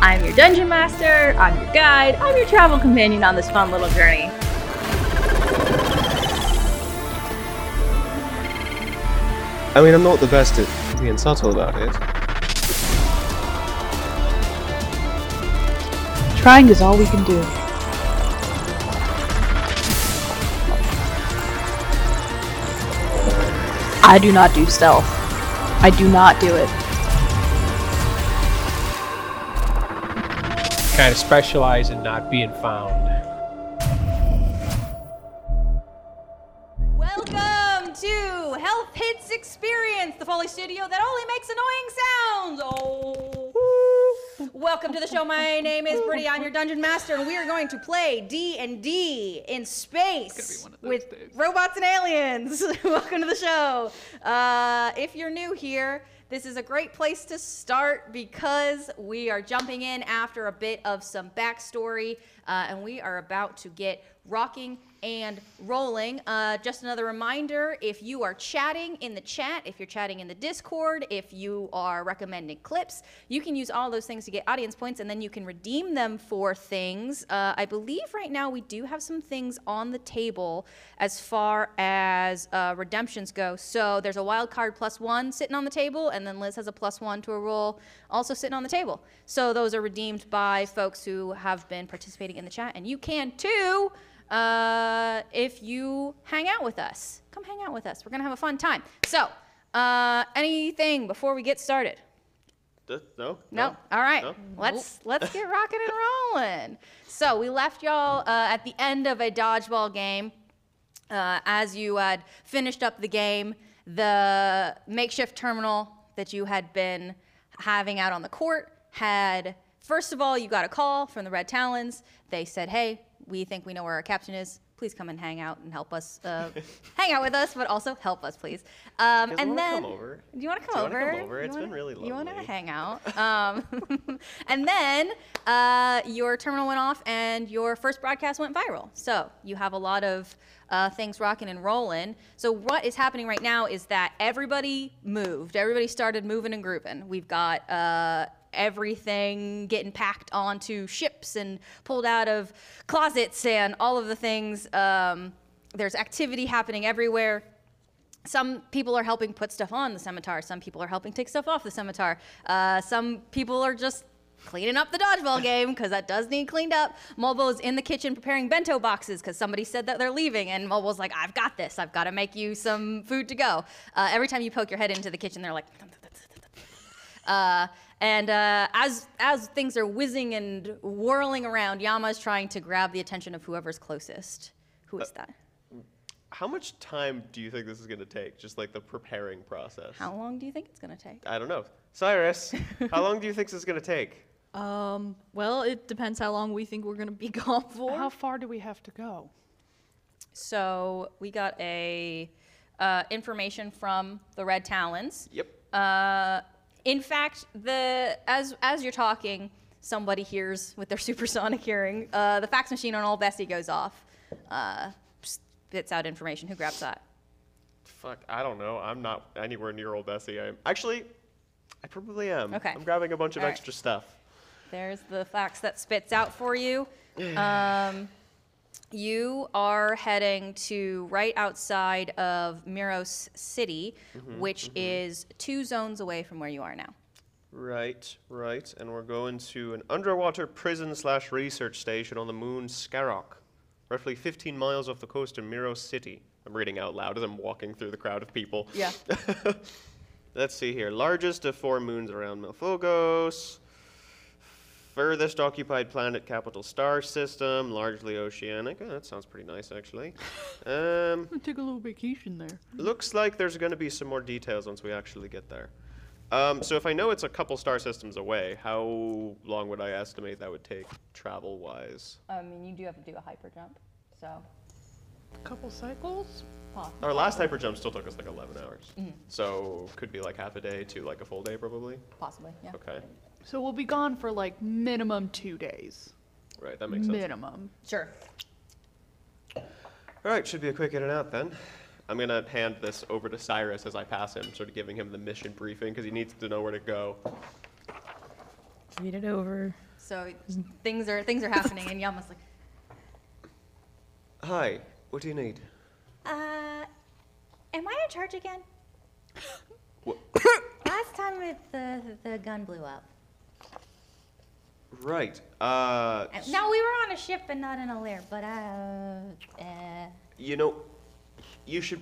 I'm your dungeon master, I'm your guide, I'm your travel companion on this fun little journey. I mean, I'm not the best at being subtle about it. Trying is all we can do. I do not do stealth. I do not do it. Kind of specialize in not being found. Welcome to Health Hits Experience, the Foley studio that only makes annoying sounds. Oh. Welcome to the show. My name is Brittany. I'm your dungeon master, and we are going to play D and D in space with robots and aliens. Welcome to the show. Uh, if you're new here. This is a great place to start because we are jumping in after a bit of some backstory, uh, and we are about to get rocking and rolling. Uh, just another reminder if you are chatting in the chat, if you're chatting in the Discord, if you are recommending clips, you can use all those things to get audience points and then you can redeem them for things. Uh, I believe right now we do have some things on the table as far as uh, redemptions go. So there's a wild card plus one sitting on the table, and then Liz has a plus one to a roll also sitting on the table. So those are redeemed by folks who have been participating in the chat, and you can too uh, if you hang out with us. Come hang out with us. We're going to have a fun time. So, uh, anything before we get started? No? No. All right. No? Let's let's get rocking and rolling. So we left y'all uh, at the end of a dodgeball game. Uh, as you had finished up the game, the makeshift terminal that you had been having out on the court had first of all you got a call from the Red Talons. They said, "Hey, we think we know where our captain is." Please come and hang out and help us, uh, hang out with us, but also help us, please. Guys, Um, I and wanna then, come over. do you want to Do come you over? wanna come over? You It's been really You want to lonely. hang out? Um, and then uh, your terminal went off, and your first broadcast went viral. So you have a lot of uh, things rocking and rolling. So what is happening right now is that everybody moved. Everybody started moving and grooving. We've got. Uh, everything getting packed onto ships and pulled out of closets and all of the things um, there's activity happening everywhere some people are helping put stuff on the scimitar. Some people are helping take stuff off the scimitar. Uh, some people are just cleaning up the dodgeball game because that does need cleaned up. Mulbo's in the kitchen preparing bento boxes because somebody said that they're leaving, and Mulbo's like, "I've got this. I've got to make you some food to go." Uh, every time you poke your head into the kitchen, they're like. Uh, and uh, as as things are whizzing and whirling around, Yama's trying to grab the attention of whoever's closest. Who is that? How much time do you think this is going to take? Just like the preparing process? How long do you think it's gonna take? I don't know. Cyrus, how long do you think this is going to take? Um, well, it depends how long we think we're gonna be gone for. How far do we have to go? So we got a uh, information from the Red Talons. Yep. Uh, in fact, the as as you're talking, somebody hears with their supersonic hearing uh, the fax machine on old Bessie goes off, uh, spits out information. Who grabs that? Fuck, I don't know. I'm not anywhere near old Bessie. I'm actually, I probably am. Okay. I'm grabbing a bunch of All right. extra stuff. There's the fax that spits out for you. Um, you are heading to right outside of Miros City, which is two zones away from where you are now. Right, right. And we're going to an underwater prison slash research station on the moon Skarok, roughly 15 miles off the coast of Miro City. I'm reading out loud as I'm walking through the crowd of people. Yeah. Let's see here. Largest of four moons around Milfogos. Furthest occupied planet, capital star system, largely oceanic. Oh, that sounds pretty nice, actually. Um, Take a little vacation there. Looks like there's going to be some more details once we actually get there. Um, so if I know it's a couple star systems away, how long would I estimate that would take travel-wise? I mean, you do have to do a hyper jump, so. couple cycles? Our last hyper jump still took us like 11 hours, so could be like half a day to like a full day probably. Possibly, yeah. Okay, So we'll be gone for like minimum two days. right, that makes sense. Minimum. Sure. All right, should be a quick in and out then. I'm gonna hand this over to Cyrus as I pass him, sort of giving him the mission briefing because he needs to know where to go. Read it over. So things are things are happening, and Yama's like, Hi, what do you need? uh, am I in charge again? What? Last time it, the the gun blew up. Right. Uh, Uh, No, we were on a ship and not in a lair, but uh, uh you know, you should.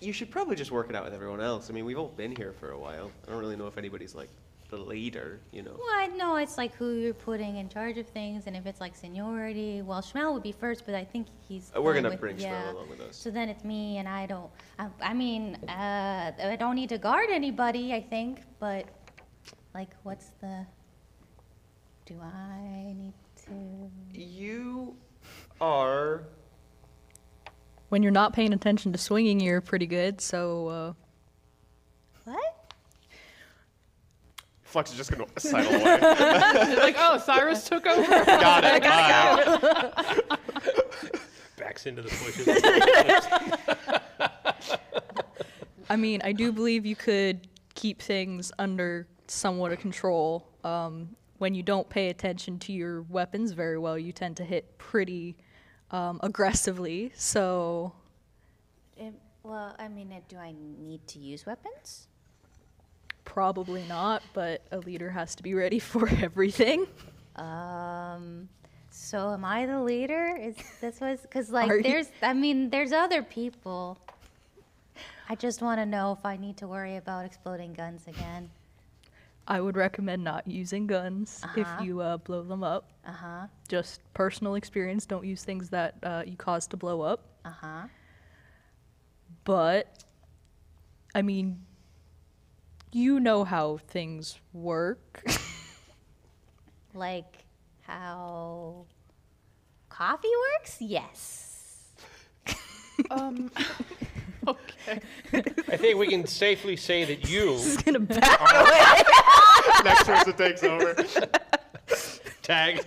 You should probably just work it out with everyone else. I mean, we've all been here for a while. I don't really know if anybody's like the leader, you know. well, I know it's like who you're putting in charge of things, and if it's like seniority. Well, Schmel would be first, but I think he's. Uh, We're going gonna with- bring Schmel yeah. along with us. So then it's me, and I don't. I, I mean, uh, I don't need to guard anybody. I think, but like, what's the? Do I need to? You are When you're not paying attention to swinging, you're pretty good. So uh, What? Flex is just gonna sidle away. like, oh, Cyrus took over. Got it. Bye. Backs into the bushes. I mean, I do believe you could keep things under somewhat of control. Um, when you don't pay attention to your weapons very well, you tend to hit pretty um, aggressively. So Um, well, I mean, uh, do I need to use weapons? probably not, but a leader has to be ready for everything. Um, so am I the leader? Is this was because like Are you- there's I mean there's other people. I just want to know if I need to worry about exploding guns again. I would recommend not using guns if you uh, blow them up. Uh huh. Just personal experience, don't use things that uh, you cause to blow up. Uh huh. But, I mean, you know how things work. Like how coffee works? Yes. Um, I think we can safely say that you gonna back Next person takes over. tagged.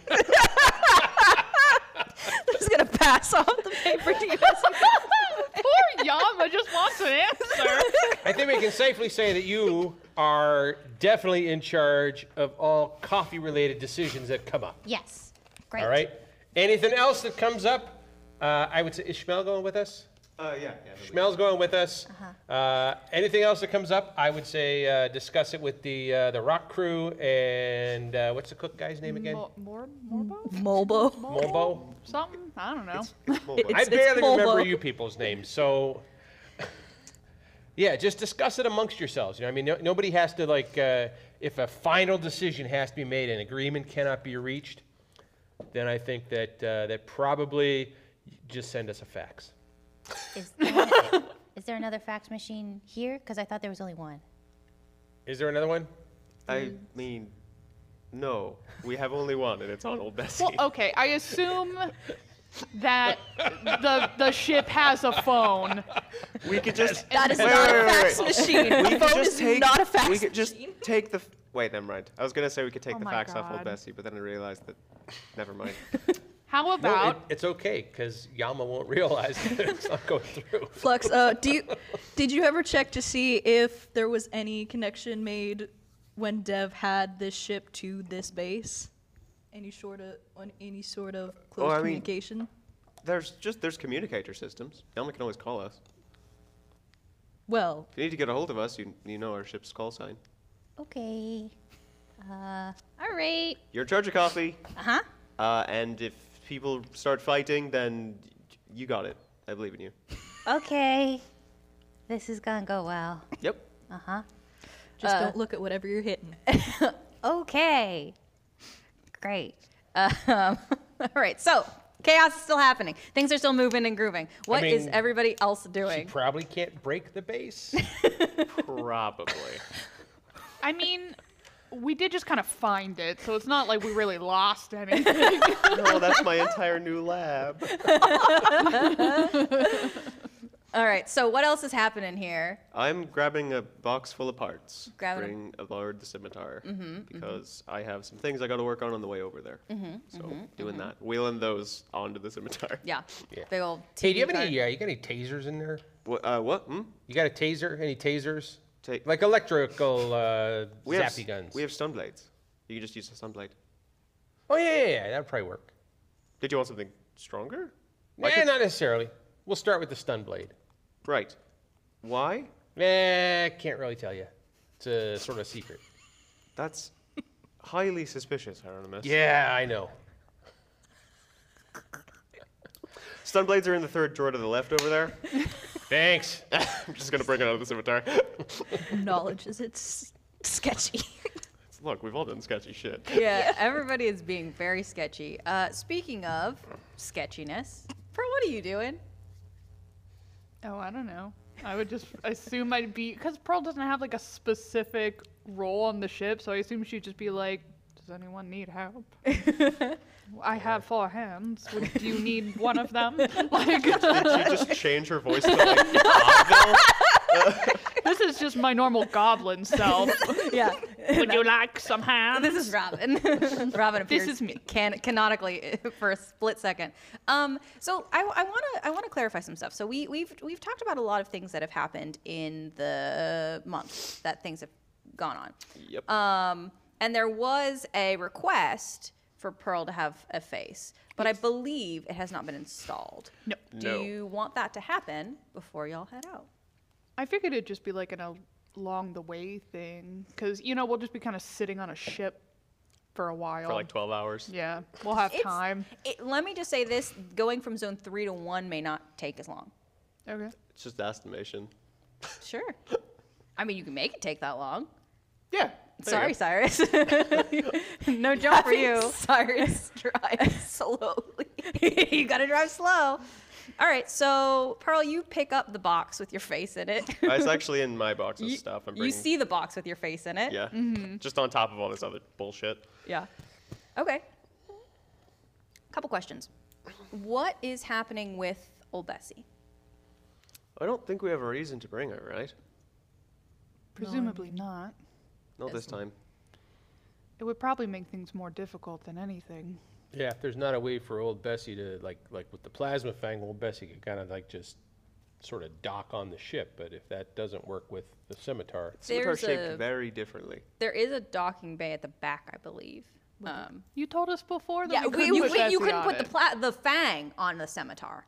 is gonna pass off the paper to you. Poor Yama just wants an answer. I think we can safely say that you are definitely in charge of all coffee-related decisions that come up. Yes. Great. All right. Anything else that comes up? Uh, I would say, is Shmel going with us? Uh, yeah. yeah Shmel's going with us. uh anything else that comes up? I would say uh, discuss it with the uh, the rock crew and uh, what's the cook guy's name again? Mo- More, Hmm. Morbo? Molbo. Mobo. Something? I don't know. Mobile. I It's- it's barely remember Mobo. you people's names, so yeah, just discuss it amongst yourselves. You know, I mean, no, nobody has to like. Uh, if a final decision has to be made and agreement cannot be reached, then I think that uh, that probably just send us a fax. Is there, is there another fax machine here? Because I thought there was only one. Is there another one? I mean, no. We have only one, and it's on Old Bessie. Well, okay, I assume that the the ship has a phone. we could just. That is Wait, not wait, a wait, fax wait. machine. We The could phone just is take. not a fax We could just machine. take the. f- Wait, never mind. I was gonna say we could take the Oh my facts off Old God. Bessie, but then I realized that. Never mind. How No, it- about it's okay because Yama won't realize that it's not going through. Flux, uh, do you, did you ever check to see if there was any connection made when Dev had this ship to this base? Any sort of on any sort of close Oh, I mean- communication? there's just there's communicator systems. Elma can always call us. Well, If you need to get a hold of us, you you know our ship's call sign. Okay. Uh. All right. You're in charge of coffee. Uh Uh-huh. huh. Uh, and if people start fighting, then y- you got it. I believe in you. Okay. This is gonna go well. Yep. just Uh. don't look at whatever you're hitting. Okay. Great. Um, all right. So chaos is still happening. Things are still moving and grooving. What is mean- everybody else She doing? probably can't break the base. Probably. I mean, we did just kind of find it, so it's not like we really lost anything. no, that's my entire new lab. all right. So what else is happening here? I'm grabbing a box full of parts. Grab it. Mm-hmm, bring aboard the scimitar because I have some things I got to work on on the way over there. so doing that, wheeling those onto the scimitar. Mm-hmm, Yeah. Yeah. Big old. hey, do you TV have any? card. Uh, you got any tasers in there? What? Uh, what? Hmm? You got a taser? Any tasers? Ta- like electrical uh, We have s- zappy guns. We have stun blades. You can just use the sunblade. Oh yeah, yeah, yeah. That'd probably work. Did you want something stronger? Nah, not necessarily. We'll start with the stun blade. Right. Why? Nah, can't really tell you. It's a sort of secret. That's highly suspicious, Hieronymus. Yeah, I know. Stunblades are in the third drawer to the left over there. Thanks. I'm just gonna bring it out of this inventory. Knowledge is it's sketchy. Look, we've all done sketchy shit. Yeah, everybody is being very sketchy. Uh, speaking of sketchiness, Pearl, what are you doing? Oh, I don't know. I would just assume I'd be because Pearl doesn't have like a specific role on the ship, so I assume she'd just be like, "Does anyone need help? I have four hands. Would do you need one of them?" Like, Did she just change her voice to like Bob this is just my normal goblin self. Yeah. Would you like some hands? This is Robin. Robin appears. is me. Can, canonically for a split second. Um, so I want to I want to clarify some stuff. So we we've we've talked about a lot of things that have happened in the month that things have gone on. Yep. Um, and there was a request for Pearl to have a face, but I believe it has not been installed. No. Do No. you want that to happen before y'all head out? I figured it'd just be like an along the way thing, because you know we'll just be kind of sitting on a ship for a while. for like 12 hours? yeah, we'll have It's- time. It, let me just say this: going from zone three to one may not take as long. Okay. It's just estimation. Sure. I mean, you can make it take that long. Yeah. Sorry, Cyrus. no jump for you. Cyrus drives slowly. you gotta drive slow. All right, so Pearl, you pick up the box with your face in it. Uh, It's actually in my box of you, stuff. I'm you bringing. see Mm-hmm. the box with your face in it. Yeah. Just on top of all this other bullshit. Yeah. Okay. Couple questions. What is happening with old Bessie? I don't think we have a reason to bring her, right? Presumably not. Not this time. It would probably make things more difficult than anything. Yeah, if there's not a way for old Bessie to like like with the plasma fang, old Bessie could kind of like just sort of dock on the ship. But if that doesn't work with the scimitar, Scimitar There's shaped a- very differently. There is a docking bay at the back, I believe. Um, You told us before that yeah, we we, couldn't we- put Bessie you couldn't on put the it. pla- the fang on the scimitar.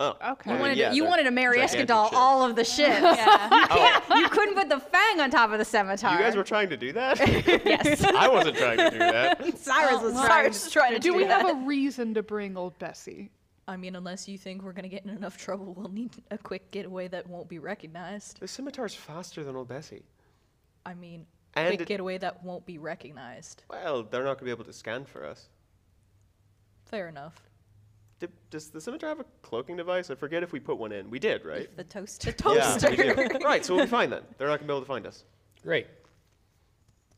Oh. Okay. I You mean, wanted yeah, you they're wanted to marry gigantic Escadal ships. all of the ships. You, can't- you couldn't put the fang on top of the scimitar. You guys were trying to do that? yes. I wasn't trying to do that. Cyrus was trying to- trying to Do we have a reason to bring old Bessie? I mean, unless you think we're gonna get in enough trouble, we'll need a quick getaway that won't be recognized. The scimitar's faster than old Bessie. I mean, And quick it- getaway that won't be recognized. Well, they're not going to be able to scan for us. Fair enough. Did, does the scimitar have a cloaking device? I forget if we put one in. We did, right? the toaster. Yeah, we did. right, so we'll be fine then. They're not going to be able to find us. great.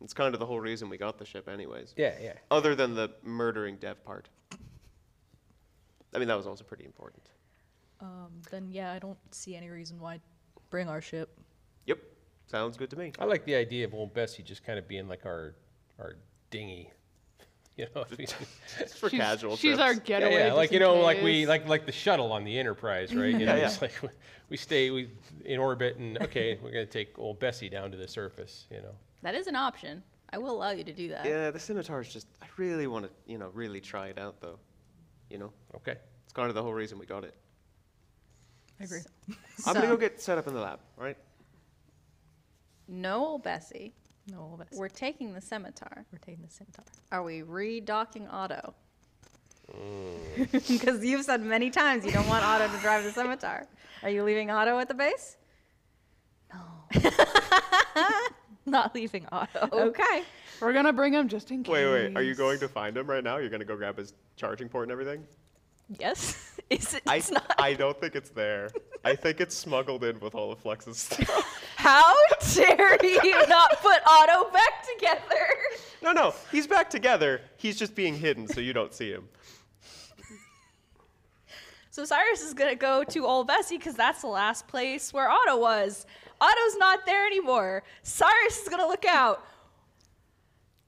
It's kind of the whole reason we got the ship, anyways. Yeah, yeah. Other than the murdering Dev part. I mean, that was also pretty important. Um, then yeah, I don't see any reason why bring our ship. Yep. Sounds good to me. I like the idea of old Bessie just kind of being like our our dinghy. You know, if we- It's for she's, casual She's trips. our yeah, getaway. yeah, just like you in know, like we case. like like the shuttle on the Enterprise, right? You know, Yeah, it's yeah. like we, we stay we in orbit, and okay, we're gonna take old Bessie down to the surface. You know, That is an option. I will allow you to do that. Yeah, the scimitar's just. I really want to, you know, really try it out, though. You know? okay. It's kind of the whole reason we got it. I agree. I'm going to go So- get set up in the lab, all right? No, old Bessie. No, that's We're taking the scimitar. we're taking the scimitar. Are we redocking Otto? Mm. Because you've said many times you don't want Otto to drive the scimitar. Are you leaving Otto at the base? Not leaving Otto. Okay. we're gonna bring him just in case. Wait, wait. Are you going to find him right now? You're going to go grab his charging port and everything? Yes, is it? I, it's not. I don't think it's there. I think it's smuggled in with all of Flex's stuff. How dare you not put Otto back together? No, no. He's back together. He's just being hidden so you don't see him. So Cyrus is gonna go to Old Bessie because that's the last place where Otto was. Otto's not there anymore. Cyrus is gonna look out.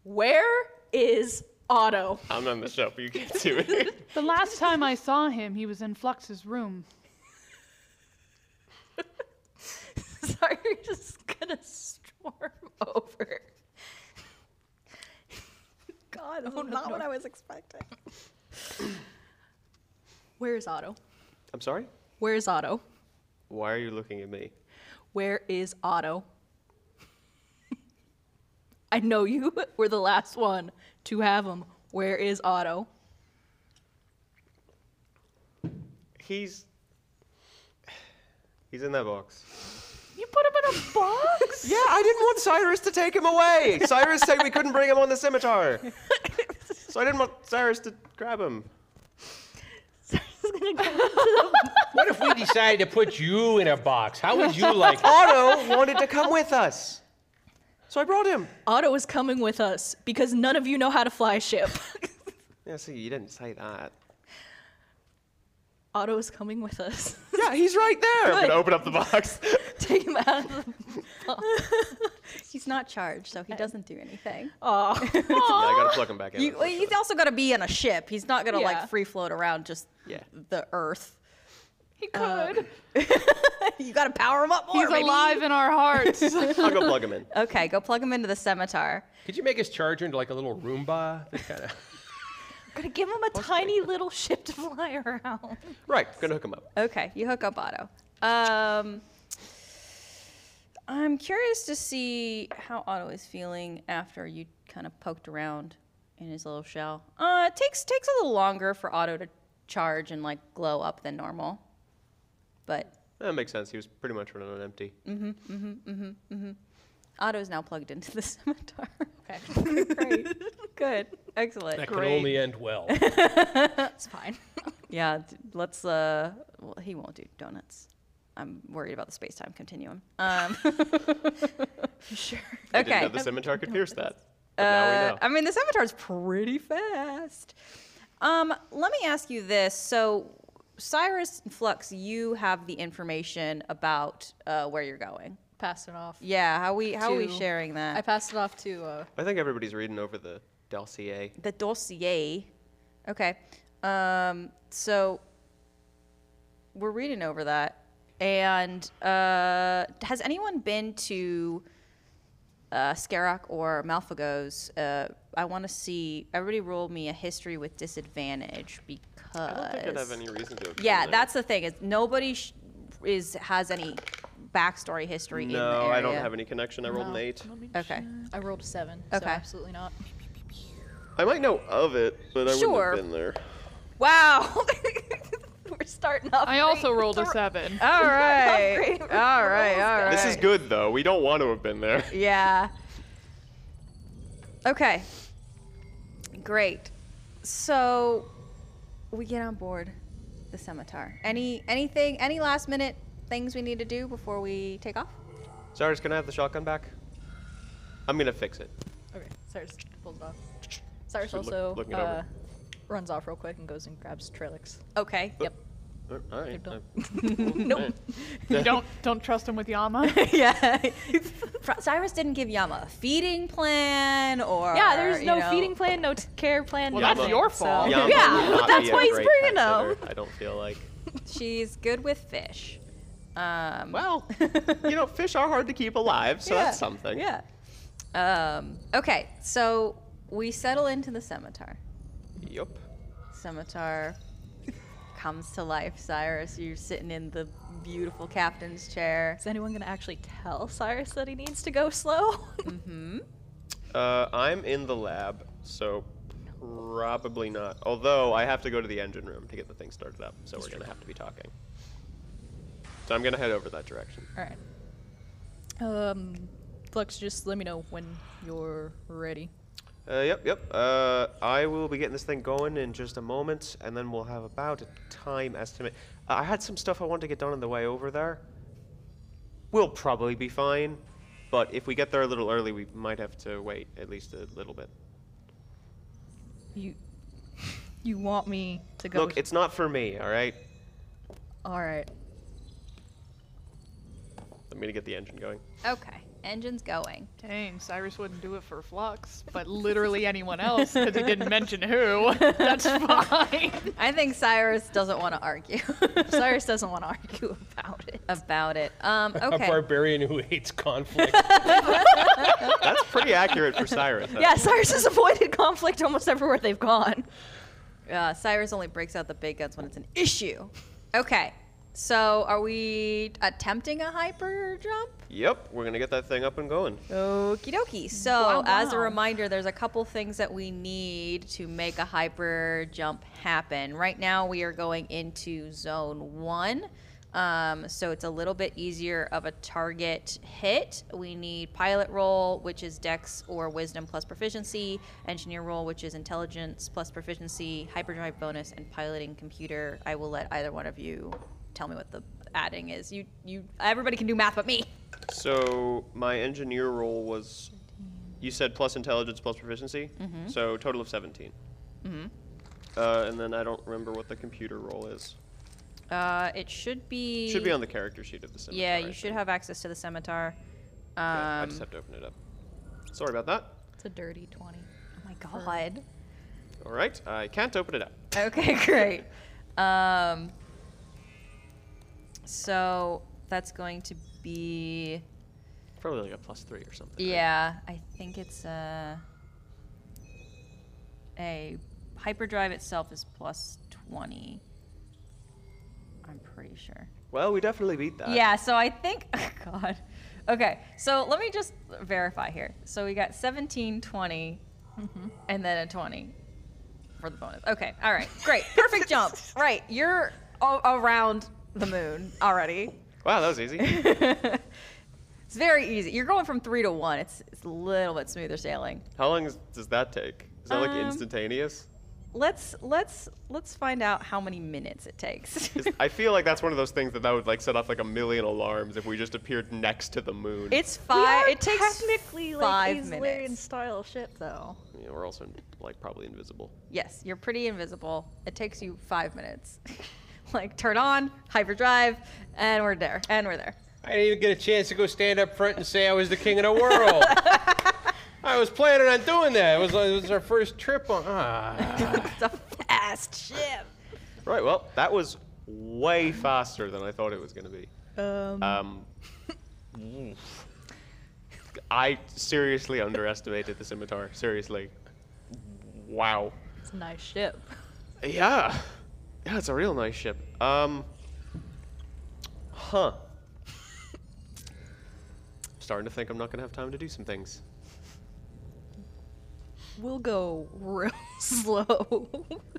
Where is Otto? I'm on the show, but you can't see it. The last time I saw him, he was in Flux's room. Cyrus is gonna storm over. Oh, not what I was expecting. Where is Otto? I'm sorry? Where is Otto? Why are you looking at me? Where is Otto? I know you were the last one to have him. Where is Otto? He's. He's in that box. You put him in a box? Yeah, I didn't want Cyrus to take him away. Cyrus said we couldn't bring him on the scimitar. So I didn't want Cyrus to grab him. What if we decided to put you in a box? How would you like Otto wanted to come with us. So I brought him. Otto is coming with us because none of you know how to fly a ship. Yeah, see, you didn't say that. Otto is coming with us. Yeah, he's right there. I'm Good. gonna open up the box. Take him out of the. He's not charged, so he doesn't do anything. yeah, I gotta plug him back in. You, well, he's also got to be in a ship. He's not going to Yeah. like free float around just Yeah. the earth. Uh, He could. You got to power him up more. He's baby. alive in our hearts. I'll go plug him in. Okay, go plug him into the scimitar. Could you make his charger into like a little Roomba? That kinda- Gonna give him a tiny little ship to fly around. Right, gonna hook him up. Okay, you hook up Otto. Um, I'm curious to see how Otto is feeling after you kind of poked around in his little shell. Uh, it takes takes a little longer for Otto to charge and like glow up than normal, but That makes sense. He was pretty much running on empty. Otto's now plugged into the scimitar. Okay, great. Good, excellent. that Great. can only end well. It's fine. Yeah, d- let's. Uh, well, he won't do donuts. I'm worried about the space time continuum. Um, Sure. I didn't know okay. the scimitar could pierce that. But now we Uh, know. I mean, the scimitar's pretty fast. Um, let me ask you this. So, Cyrus and Flux, you have the information about uh, where you're going. Pass it off. Yeah, how we how are we To- sharing that? I passed it off to. Uh, I think everybody's reading over the dossier. the dossier. Okay. Um, so we're reading over that. And uh, has anyone been to uh, Scarrock or Malfago's? Uh, I want to see. Everybody roll me a history with disadvantage because. I don't think I'd have any reason to. have yeah, gone there. that's the thing. Is nobody sh- is has any backstory history in the No, area. I don't have any connection. I rolled an eight. Okay. I rolled a seven. Okay. So absolutely not. I might know of it, but I Sure. wouldn't have been there. Wow. We're starting off. I also rolled a seven. all right. all right. All right. This is good though. We don't want to have been there. Yeah. Okay. Great. So we get on board the scimitar. Any anything any last minute things we need to do before we take off? Cyrus, can I have the shotgun back? I'm gonna fix it. Okay, Cyrus pulls it off. Cyrus Should look- also looking it over. uh, runs off real quick and goes and grabs Trellix. Okay. Yep. Uh, All right. don't. nope. You don't don't trust him with Yama. yeah. Fr- Cyrus didn't give Yama a feeding plan or Yeah, there's you no know- feeding plan, no t- care plan. Well, no that's nothing, your so- fault. Yama Yeah, would not that's be a why he's great bringing pet them. sitter, I don't feel like. She's good with fish. Um Well, you know, fish are hard to keep alive, so that's Yeah. something. Yeah. Um okay, so we settle into the scimitar. Yep. scimitar comes to life cyrus you're sitting in the beautiful captain's chair Is anyone gonna actually tell Cyrus that he needs to go slow? Uh, I'm in the lab, so probably not. Although I have to go to the engine room to get the thing started up, so we're gonna have to be talking. So I'm gonna head over that direction. All right. Um, Flux, just let me know when you're ready. Uh, yep, yep. Uh, I will be getting this thing going in just a moment, and then we'll have about a time estimate. Uh, I had some stuff I wanted to get done on the way over there. We'll probably be fine, but if we get there a little early, we might have to wait at least a little bit. You, you want me to go? Look, it's not for me, all right? all right. I'm gonna get the engine going. okay engine's going Dang, Cyrus wouldn't do it for Flux, but literally anyone else, because he didn't mention who. That's fine. i think cyrus doesn't want to argue Cyrus doesn't want to argue about it. about it um A okay barbarian who hates conflict. That's pretty pretty accurate for Cyrus. Yeah, Cyrus has avoided conflict almost everywhere they've gone. Uh, Cyrus only breaks out the big guns when it's an issue. Okay, so are we attempting a hyper jump? Yep, we're gonna get that thing up and going. Okie dokie. So, as a reminder, there's a couple things that we need to make a hyper jump happen. Right now, we are going into zone one. Um, so, it's a little bit easier of a target hit. We need pilot roll, which is dex or wisdom plus proficiency, engineer roll, which is intelligence plus proficiency, hyperdrive bonus, and piloting computer. I will let either one of you tell me what the adding is. You, you, everybody can do math but me. So my engineer role was, you said plus intelligence plus proficiency, Mm-hmm. so total of 17 Uh, and then I don't remember what the computer role is. Uh, it should be. Should be on the character sheet of the cinema. Yeah, you should have access to the scimitar. I Um, just have to open it up. Sorry about that. It's a dirty 20. oh my god. All right, I can't open it up. Okay, great. Um, so that's going to be. Probably like a plus three or something. right? Yeah, I think it's a. A hyperdrive itself is plus 20. I'm pretty sure. Well, we definitely beat that. Yeah, so I think, oh, God. Okay, so let me just verify here. So we got 17, 20, and then a 20 for the bonus. Okay, all right, great. Perfect jump. Right, you're a- around the moon already. Wow, that was easy. It's very easy. You're going from three to one. It's, it's a little bit smoother sailing. How long is, does that take? Is that like Um, instantaneous? Let's let's let's find out how many minutes it takes. Is- I feel like that's one of those things that that would like set off like a million alarms if we just appeared next to the moon. it's five. We are It takes technically five like a minutes. Islarian style ship, though. Yeah, we're also like probably invisible. Yes, you're pretty invisible. It takes you five minutes. like turn on hyperdrive, and we're there. And we're there. I didn't even get a chance to go stand up front and say I was the king of the world. I was planning on doing that. It was, it was our first trip on. Ah. It's a fast ship. Right. Well, that was way faster than I thought it was going to be. Um. oof. I seriously underestimated the scimitar. Seriously. Wow. It's a nice ship. Yeah. Yeah, it's a real nice ship. Um. Huh. Starting to think I'm not going to have time to do some things. We'll go real slow.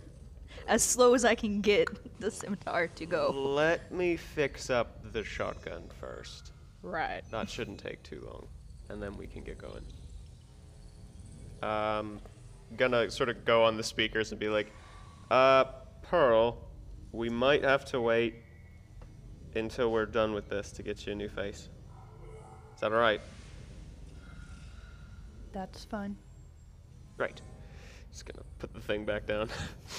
as slow as I can get the scimitar to go. Let me fix up the shotgun first. Right. That shouldn't take too long, and then we can get going. Um, gonna sort of go on the speakers and be like, uh, Pearl, we might have to wait until we're done with this to get you a new face. Is that all right? That's fun. Right. Just gonna put the thing back down.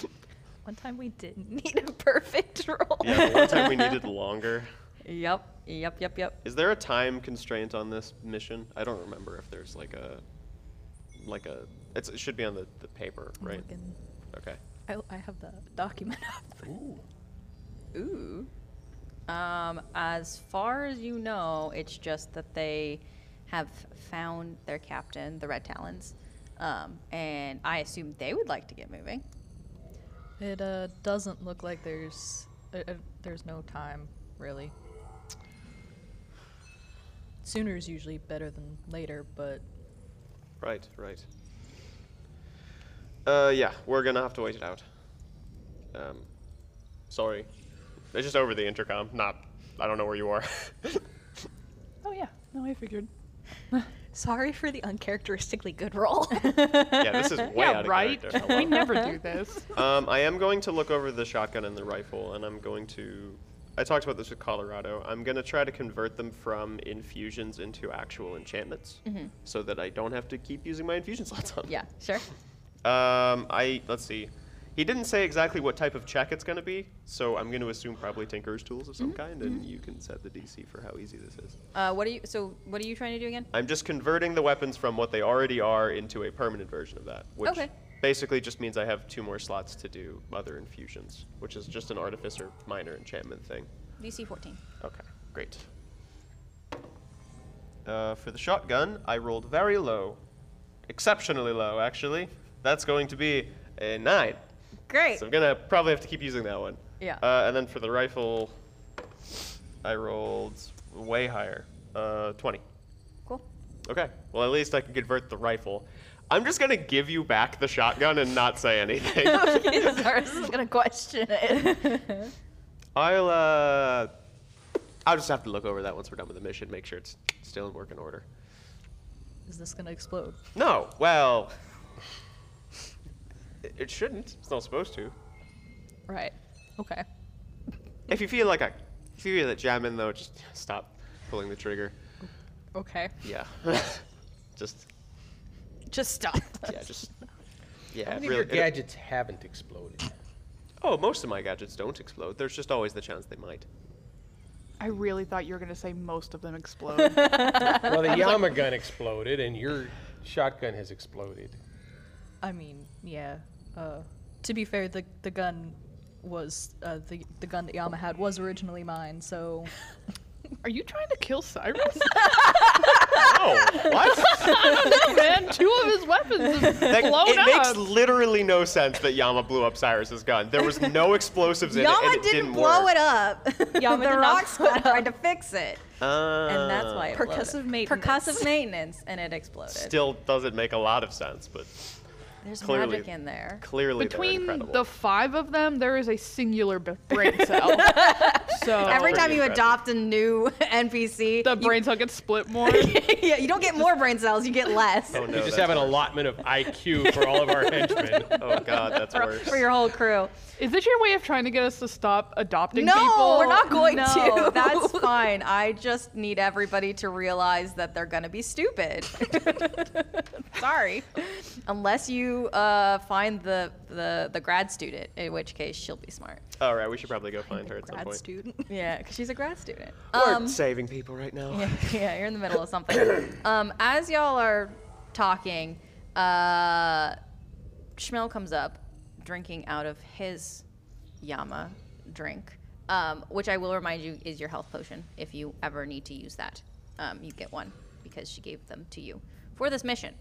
One time we didn't need a perfect roll. yeah, the one time we needed longer. Yep. Yep. Yep. Yep. Is there a time constraint on this mission? I don't remember if there's like a, like a. It's, it should be on the, the paper, right? Looking- Okay. I, I have the document up. Ooh. Um, as far as you know, it's just that they have found their captain, the Red Talons, um, and I assume they would like to get moving. It uh, doesn't look like there's uh, uh, there's no time really. Sooner is usually better than later, but Right, right. Uh, yeah, we're gonna have to wait it out. Um, sorry. It's just over the intercom, not, I don't know where you are. Oh yeah. No, I figured. sorry for the uncharacteristically good roll. yeah, this is way yeah, out of right. character. we never do this. um, I am going to look over the shotgun and the rifle, and I'm going to. I talked about this with Colorado. I'm going to try to convert them from infusions into actual enchantments so that I don't have to keep using my infusion slots on them. Yeah. Sure. Um, I let's see. He didn't say exactly what type of check it's going to be, so I'm going to assume probably Tinker's tools of some kind, and you can set the DC for how easy this is. Uh, what are you? So, what are you trying to do again? I'm just converting the weapons from what they already are into a permanent version of that, which Okay. basically just means I have two more slots to do other infusions, which is just an artificer minor enchantment thing. DC 14. Okay, great. Uh, for the shotgun, I rolled very low. exceptionally low, actually. That's going to be a nine. Great. So I'm gonna probably have to keep using that one. Yeah. Uh, and then for the rifle, I rolled way higher, uh, 20. Cool. Okay. Well, at least I can convert the rifle. I'm just gonna give you back the shotgun and not say anything. Cyrus is gonna question it. I'll uh, I'll just have to look over that once we're done with the mission, make sure it's still in working order. Is this gonna explode? No. Well, it- it shouldn't. It's not supposed to. Right. Okay. If you feel like I, if you feel that jamming though, just stop pulling the trigger. Okay. Yeah. just Just stop. yeah, just yeah. How many it really- of it- your gadgets haven't exploded? oh, most of my gadgets don't explode. There's just always the chance they might. I really thought you were gonna say most of them explode. I well, the Yama gun exploded, and your shotgun has exploded. I mean, yeah. Uh, to be fair, the the gun was uh, the the gun that Yama had was originally mine, so Are you trying to kill Cyrus? Oh, what? no, man. Two of his weapons have Like, blown it up. makes literally no sense that Yama blew up Cyrus's gun. There was no explosives in it, Yama and it didn't, didn't blow work. it up. Yama the did not rock blow it squad tried to fix it, Uh, and that's why it blowed Percussive up. maintenance. Percussive maintenance, and it exploded. Still doesn't make a lot of sense, but There's clearly- magic in there. clearly Between they're incredible. the five of them, there is a singular b- brain cell. so Every pretty time you impressive. adopt a new NPC, the brain cell gets split more. yeah, you don't get more brain cells, you get less oh, no, we just that's have an worse. allotment of IQ for all of our henchmen. Oh god, that's worse. for your whole crew. Is this your way of trying to get us to stop adopting no, people? we're not going No, to. That's that's fine. I just need everybody to realize that they're gonna be stupid. Sorry, unless you uh, find the, the the grad student, in which case she'll be smart. All right, we should probably go find her at some grad point. student. Yeah, because she's a grad student. We're saving people right now. Um, yeah, yeah, you're in the middle of something. um, as y'all are talking, uh, Schmel comes up, drinking out of his Yama drink, um, which I will remind you is your health potion. If you ever need to use that, um, you get one because she gave them to you for this mission.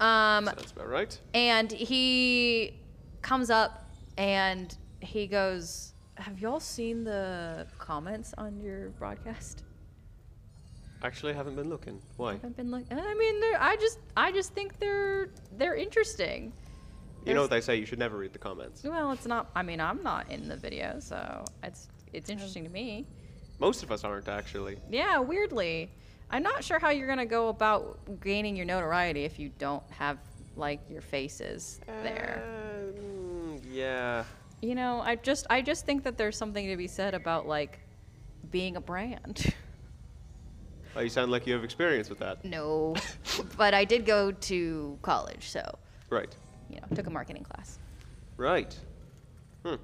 Um, That's about right. and he comes up and he goes, "Have y'all seen the comments on your broadcast?" Actually, I haven't been looking. Why? I've been like, I mean, they're, I just, I just think they're, they're interesting. You know what they say, you should never read the comments. Well, it's not. I mean, I'm not in the video, so it's, it's interesting to me. Most of us aren't actually. Yeah, weirdly, I'm not sure how you're gonna go about gaining your notoriety if you don't have like your faces Uh. there. Um, yeah. You know, I just, I just think that there's something to be said about like being a brand. Oh, you sound like you have experience with that. no, but I did go to college, so Right. you know, took a marketing class. Right. Hmm.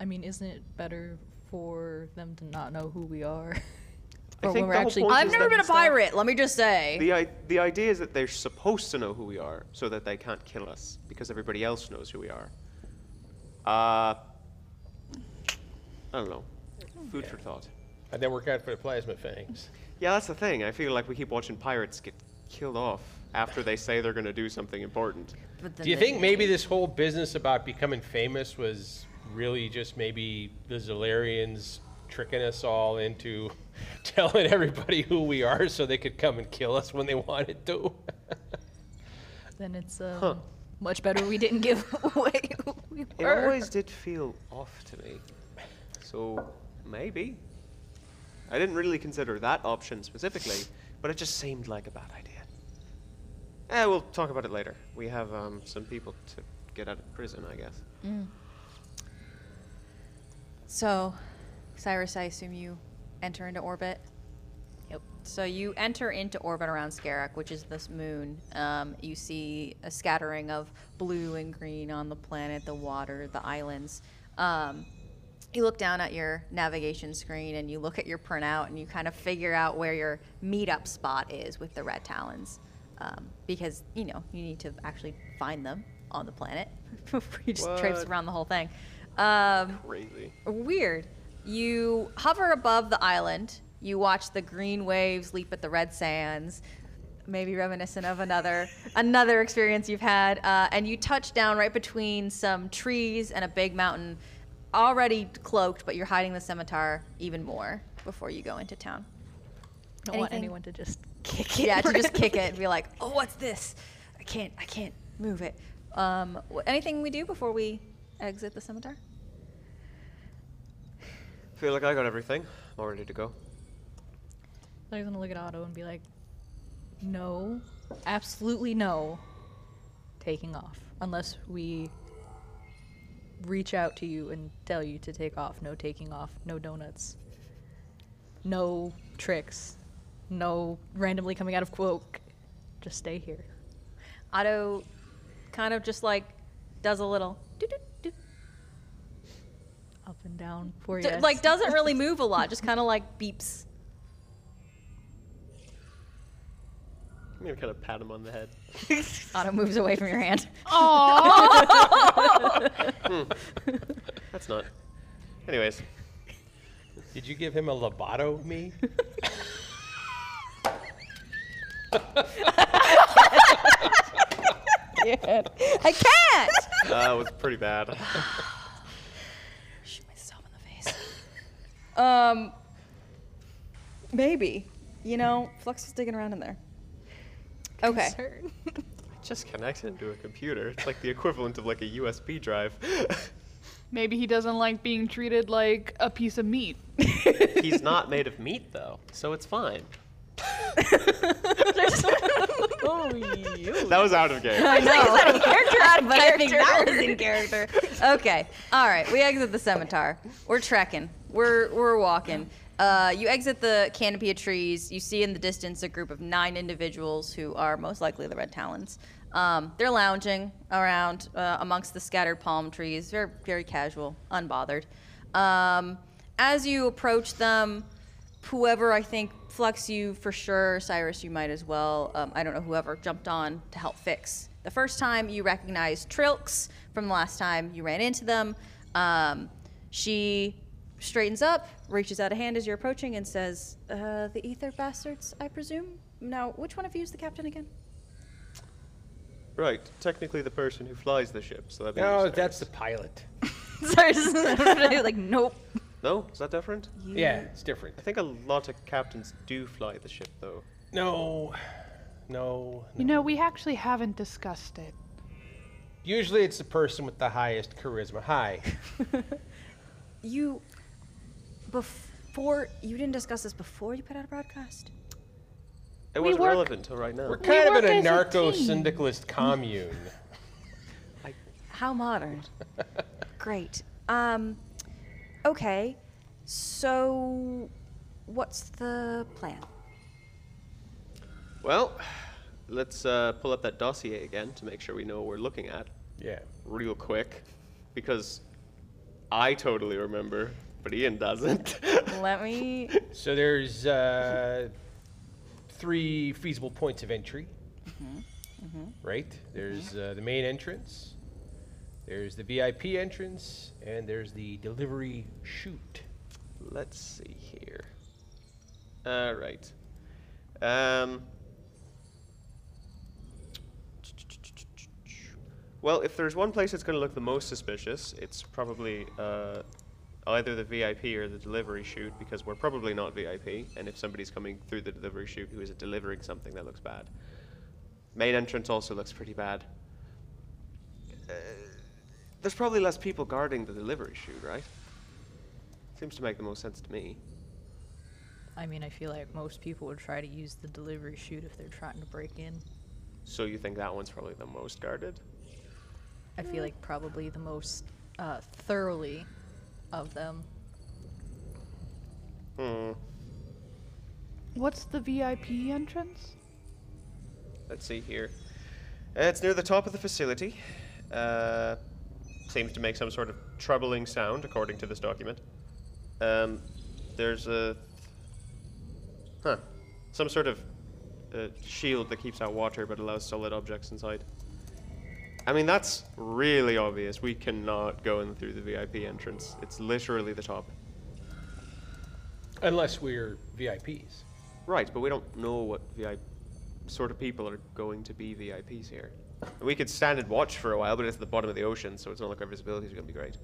I mean, isn't it better for them to not know who we are? I Or think when we're the whole actually point I've is never that- been a pirate. Let me just say. The, I- the idea is that they're supposed to know who we are so that they can't kill us because everybody else knows who we are. Uh, I don't know. Food for thought. How'd that work out for the plasma fangs? Yeah, that's the thing. I feel like we keep watching pirates get killed off after they say they're going to do something important. But Do you think maybe this whole business about becoming famous was really just maybe the Zolarians tricking us all into telling everybody who we are so they could come and kill us when they wanted to? Then it's um, much better we didn't give away who we It were. always did feel off to me. So maybe. I didn't really consider that option specifically, but it just seemed like a bad idea. Eh, we'll talk about it later. We have um, some people to get out of prison, I guess. So, Cyrus, I assume you enter into orbit. Yep. So you enter into orbit around Skarak, which is this moon. Um, you see a scattering of blue and green on the planet, the water, the islands. Um, you look down at your navigation screen and you look at your printout and you kind of figure out where your meetup spot is with the Red Talons. Um, because, you know, you need to actually find them on the planet before you just traipse What? around the whole thing. Um, Crazy. Weird. You hover above the island. You watch the green waves leap at the red sands. maybe reminiscent of another another experience you've had, uh, and you touch down right between some trees and a big mountain, already cloaked, but you're hiding the scimitar even more before you go into town. don't want Anything- anyone to just kick it. Yeah, to just kick it and be like, "Oh, what's this? I can't, I can't move it." Um, wh- anything we do before we exit the scimitar? Feel like I got everything. I'm all ready to go. They're gonna look at Otto and be like, "No, absolutely no, taking off unless we reach out to you and tell you to take off. No taking off. No donuts. No tricks. No randomly coming out of cloak. Just stay here." Otto kind of just like does a little doo-doo-doo, Up and down for d- you. like doesn't really move a lot, just kind of like beeps. I'm gonna kind of pat him on the head. Otto moves away from your hand. Aww. That's not. Anyways, Did you give him a lobato me? I can't. that was pretty bad. Shoot myself in the face. Um, maybe. You know, Flux was digging around in there. Okay. Just connect it to a computer. It's like the equivalent of like a USB drive. Maybe he doesn't like being treated like a piece of meat. He's not made of meat though, so it's fine. that was out of game. I know. out of character, out of but I think that was in character. Okay. All right. We exit the scimitar. We're trekking. We're we're walking. Uh, you exit the canopy of trees. You see in the distance a group of nine individuals who are most likely the Red Talons. Um, they're lounging around uh, amongst the scattered palm trees. They're very casual, unbothered. Um, as you approach them, whoever I think Flux you for sure, Cyrus you might as well. Um, I don't know whoever jumped on to help fix. The first time you recognized Trilks from the last time you ran into them. Um, she straightens up, reaches out a hand as you're approaching, and says, uh, "The ether bastards, I presume." Now, which one of you is the captain again? Right, technically the person who flies the ship, so that means. No, that's the pilot. like, nope. No, is that different? Yeah, it's different. I think a lot of captains do fly the ship though. No, no. You know, we actually haven't discussed it. Usually it's the person with the highest charisma. Hi. You before you didn't discuss this before you put out a broadcast. It We wasn't work- relevant till right now. We're kind of work in a as a narco team. syndicalist commune. How modern. Great. Um, okay. So, what's the plan? Well, let's uh, pull up that dossier again to make sure we know what we're looking at yeah. real quick, because I totally remember, but Ian doesn't. Let me. So there's uh, three feasible points of entry, Mm-hmm. right? There's uh, the main entrance, there's the VIP entrance, and there's the delivery chute. Let's see here. All right. Um. Well, if there's one place that's going to look the most suspicious, it's probably uh, either the VIP or the delivery chute, because we're probably not VIP, and if somebody's coming through the delivery chute who is delivering something, that looks bad. Main entrance also looks pretty bad. Uh, there's probably less people guarding the delivery chute, right? Seems to make the most sense to me. I mean, I feel like most people would try to use the delivery chute if they're trying to break in. So you think that one's probably the most guarded? I feel like probably the most uh, thoroughly of them. Hmm, What's the VIP entrance? Let's see here. Uh, it's near the top of the facility. Uh, seems to make some sort of troubling sound, according to this document. Um, there's a. Huh. Some sort of uh, shield that keeps out water but allows solid objects inside. I mean, that's really obvious. We cannot go in through the VIP entrance. It's literally the top. Unless we're VIPs. Right, but we don't know what VIP. sort of people are going to be VIPs here. We could stand and watch for a while, but it's at the bottom of the ocean, so it's not like our visibility is going to be great.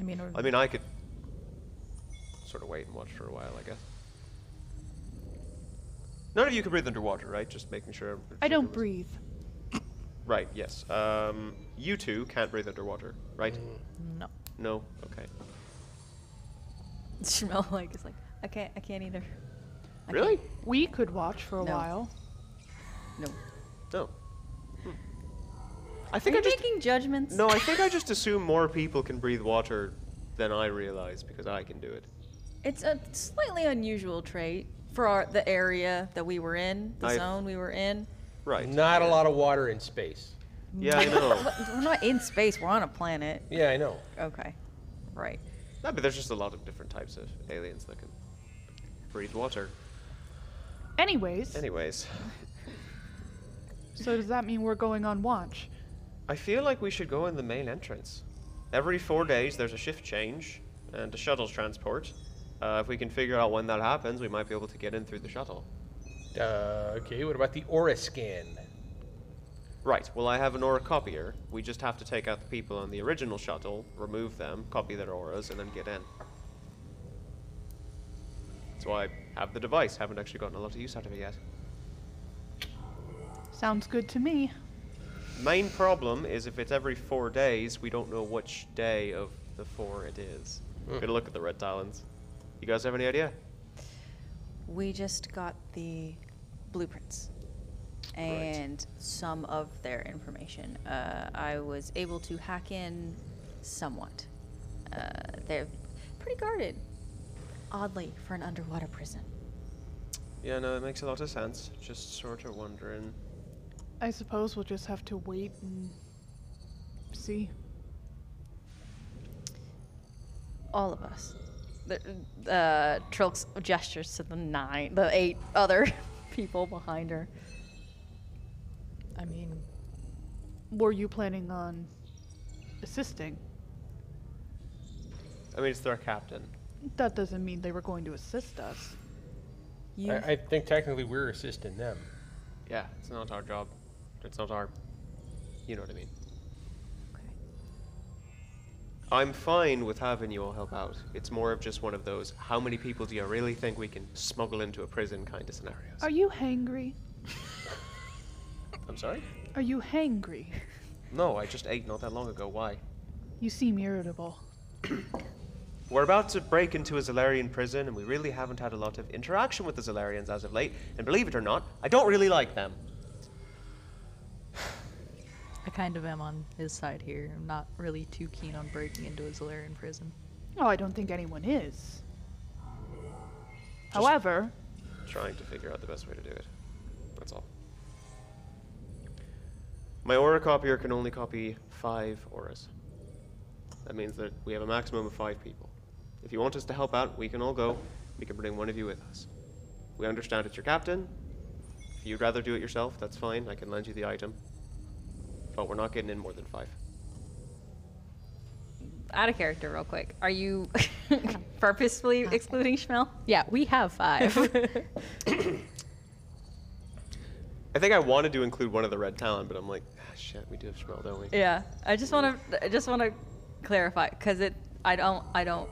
I mean, or, I mean, I could sort of wait and watch for a while, I guess. None of you can breathe underwater, right? Just making sure. I don't everyone's- breathe. Right. Yes. Um, you two can't breathe underwater, right? no. No. Okay. Smell like it's like I can't. I can't either. Really? We could watch for a No. while. No. Hmm. I think I just making judgments? no. I think I just assume more people can breathe water than I realize because I can do it. It's a slightly unusual trait for our, the area that we were in, the I- zone we were in. Right. Not a lot of water in space. Yeah, I know. We're not in space. We're on a planet. Yeah, I know. Okay, right. no, but there's just a lot of different types of aliens that can breathe water. Anyways, Anyways, so does that mean we're going on watch? I feel like we should go in the main entrance. Every four days, there's a shift change and a shuttle transport. Uh, if we can figure out when that happens, we might be able to get in through the shuttle. Uh, okay, what about the aura scan? Right. Well, I have an aura copier. We just have to take out the people on the original shuttle, remove them, copy their auras, and then get in. That's why I have the device. Haven't actually gotten a lot of use out of it yet. Sounds good to me. Main problem is if it's every four days, we don't know which day of the four it is. We're gonna look at the red talons. You guys have any idea? We just got the blueprints and some of their information. Uh, I was able to hack in somewhat. Uh, they're pretty guarded, oddly, for an underwater prison. Yeah, no, it makes a lot of sense. Just sort of wondering. I suppose we'll just have to wait and see. All of us. The, uh, Trilx gestures to the nine, the eight other people behind her. I mean, Were you planning on assisting? I mean, it's their captain. That doesn't mean they were going to assist us. You I, I think technically we're assisting them. Yeah, it's not our job. It's not our. You know what I mean. I'm fine with having you all help out. It's more of just one of those how many people do you really think we can smuggle into a prison kind of scenarios. Are you hangry? I'm sorry? Are you hangry? No, I just ate not that long ago. Why? You seem irritable. We're about to break into a Zalarian prison, and we really haven't had a lot of interaction with the Zalarians as of late. And believe it or not, I don't really like them. I kind of am on his side here. I'm not really too keen on breaking into a Zalarian prison. Oh, I don't think anyone is. However, trying to figure out the best way to do it. That's all. My aura copier can only copy five auras. That means that we have a maximum of five people. If you want us to help out, we can all go. We can bring one of you with us. We understand it's your captain. If you'd rather do it yourself, that's fine. I can lend you the item. But we're not getting in more than five. out of character real quick. Are you purposefully excluding Schmel? Yeah, we have five. I think I wanted to include one of the red talent, but I'm like, ah, shit, we do have Schmel, don't we? Yeah. I just want to. I just want to clarify because it. I don't. I don't.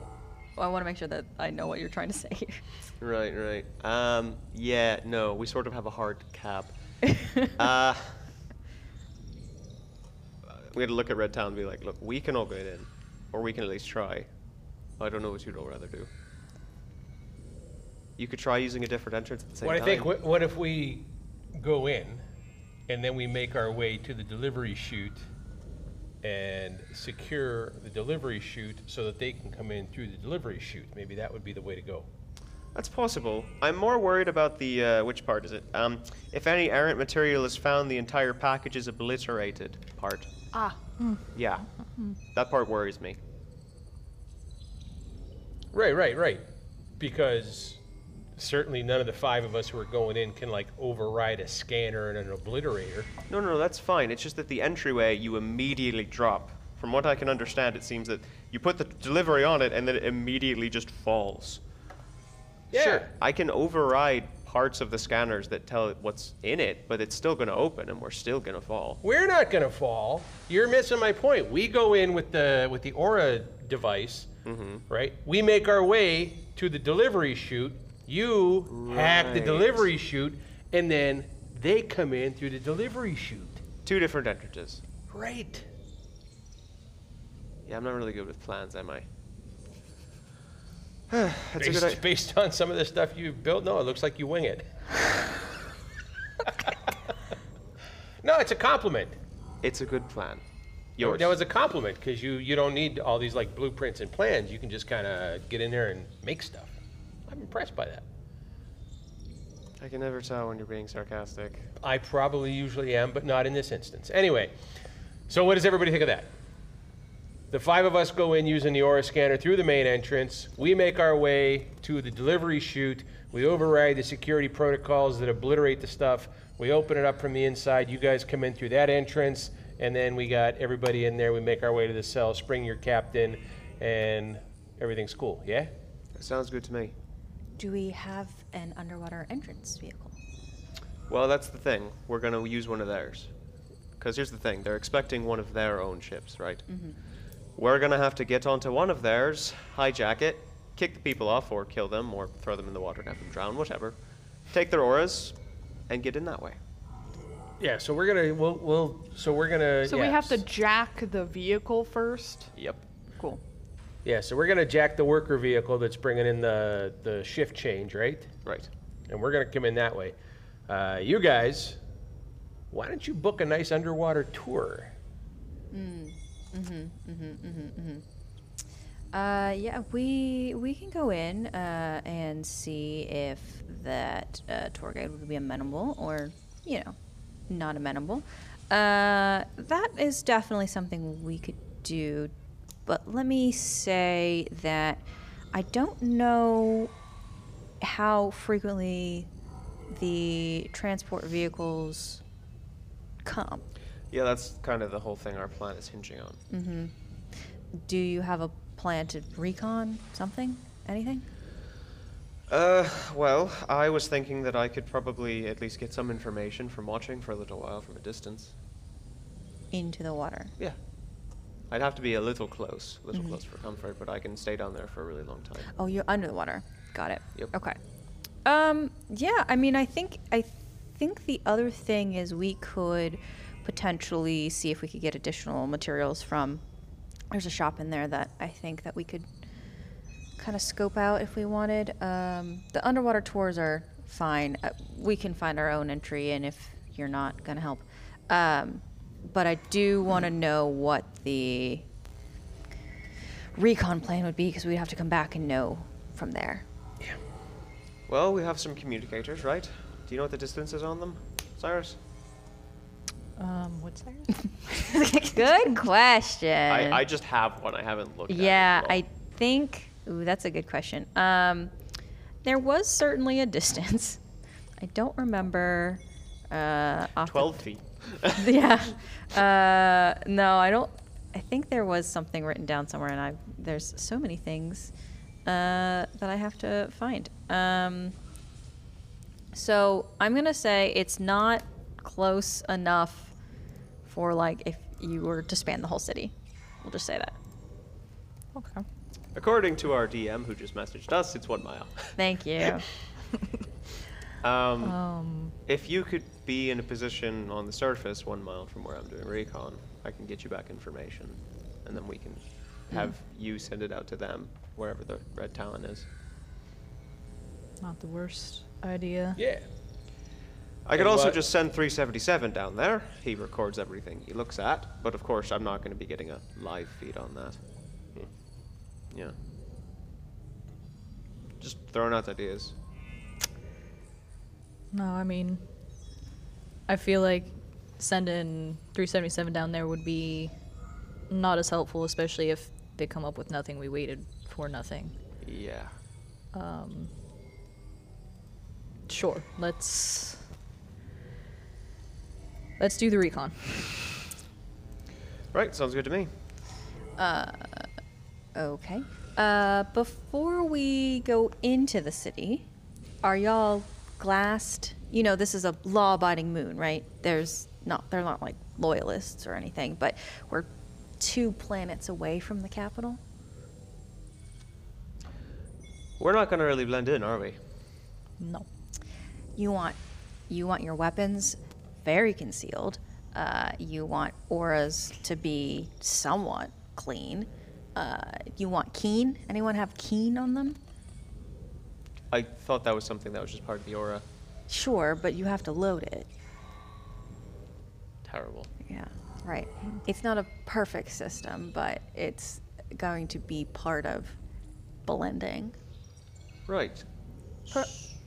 I want to make sure that I know what you're trying to say here. Right, right. Um, yeah, no, we sort of have a hard cap. uh, we had to look at Red Town and be like, look, we can all get in, or we can at least try. I don't know what you'd all rather do. You could try using a different entrance at the same What I time. think, what, what if we go in and then we make our way to the delivery chute and secure the delivery chute so that they can come in through the delivery chute? Maybe that would be the way to go. That's possible. I'm more worried about the uh, which part is it? Um, if any errant material is found, the entire package is obliterated. Part. ah, Yeah, that part worries me. Right, right, right. Because certainly none of the five of us who are going in can like override a scanner and an obliterator. No, no, no, that's fine. It's just that the entryway you immediately drop. From what I can understand, it seems that you put the delivery on it and then it immediately just falls. Yeah. Sure, I can override parts of the scanners that tell it what's in it, but it's still going to open and we're still going to fall. We're not gonna fall. You're missing my point. We go in with the with the aura device, Mm-hmm. right? We make our way to the delivery chute. You hack the Right. delivery chute, and then they come in through the delivery chute. Two different entrances. Right. Yeah, I'm not really good with plans, am I? That's a good Based, idea. based on some of the stuff you've built, no, it looks like you wing it. no, it's a compliment. It's a good plan. Yours. That was a compliment because you you don't need all these like blueprints and plans. You can just kind of get in there and make stuff. I'm impressed by that. I can never tell when you're being sarcastic. I probably usually am, but not in this instance. Anyway, so what does everybody think of that? The five of us go in using the aura scanner through the main entrance. We make our way to the delivery chute. We override the security protocols that obliterate the stuff. We open it up from the inside. You guys come in through that entrance, and then we got everybody in there. We make our way to the cell, spring your captain, and everything's cool. Yeah? That sounds good to me. Do we have an underwater entrance vehicle? Well, that's the thing. We're going to use one of theirs. Because here's the thing they're expecting one of their own ships, right? We're going to have to get onto one of theirs, hijack it, kick the people off, or kill them, or throw them in the water and have them drown, whatever. Take their auras, and get in that way. Yeah. So we're gonna we'll, we'll so we're gonna So we have to jack the vehicle first. Yep. Cool. Yeah, so we're gonna jack the worker vehicle that's bringing in the, the shift change, right? Right. And we're gonna come in that way. Uh, you guys, why don't you book a nice underwater tour? Uh, yeah, we we can go in uh, and see if that uh, tour guide would be amenable or you know not amenable. Uh, that is definitely something we could do, but let me say that I don't know how frequently the transport vehicles come. Yeah, that's kind of the whole thing our plan is hinging on. Do you have a plan to recon something? Anything? Uh, well, I was thinking that I could probably at least get some information from watching for a little while from a distance. Into the water. Yeah. I'd have to be a little close, a little Mm-hmm. close for comfort, but I can stay down there for a really long time. Oh, you're under the water. Got it. Yep. Okay. Um. Yeah. I mean, I think I think the other thing is we could potentially see if we could get additional materials from. There's a shop in there that I think that we could kind of scope out if we wanted. Um, the underwater tours are fine. Uh, we can find our own entry, and if you're not gonna help, um, but I do want to know what the recon plan would be because we'd have to come back and know from there. Well, we have some communicators, right? Do you know what the distance is on them, Cyrus? Um, what's that? good question. I, I just have one. I haven't looked. yeah, at it I think. Ooh, that's a good question. Um, there was certainly a distance. I don't remember. Uh, off the- Twelve feet. yeah. Uh, no, I don't. I think there was something written down somewhere, and I there's so many things uh, that I have to find. Um, so I'm gonna say it's not close enough for like if you were to span the whole city. We'll just say that. Okay. According to our DM, who just messaged us, it's one mile. Thank you. Um, Um, If you could be in a position on the surface one mile from where I'm doing recon, I can get you back information, and then we can Mm-hmm. have you send it out to them wherever the red talon is. not the worst idea. Yeah. I could And also what- just send 377 down there. He records everything he looks at, but of course I'm not going to be getting a live feed on that. Hmm. Yeah. Just throwing out ideas. No, I mean, I feel like sending 377 down there would be not as helpful, especially if they come up with nothing. We waited for nothing. Yeah. Sure, let's let's do the recon. Right, sounds good to me. Okay. Uh, before we go into the city, are y'all glassed. You know, this is a law-abiding moon, right? There's not they're not like loyalists or anything, but we're two planets away from the capital. We're not going to really blend in, are we? No. You want you want your weapons very concealed. Uh, you want auras to be somewhat clean. Uh, you want keen. Anyone have keen on them? I thought that was something that was just part of the aura. Sure, but you have to load it. Terrible. Yeah, right. It's not a perfect system, but it's going to be part of blending. Right. Per-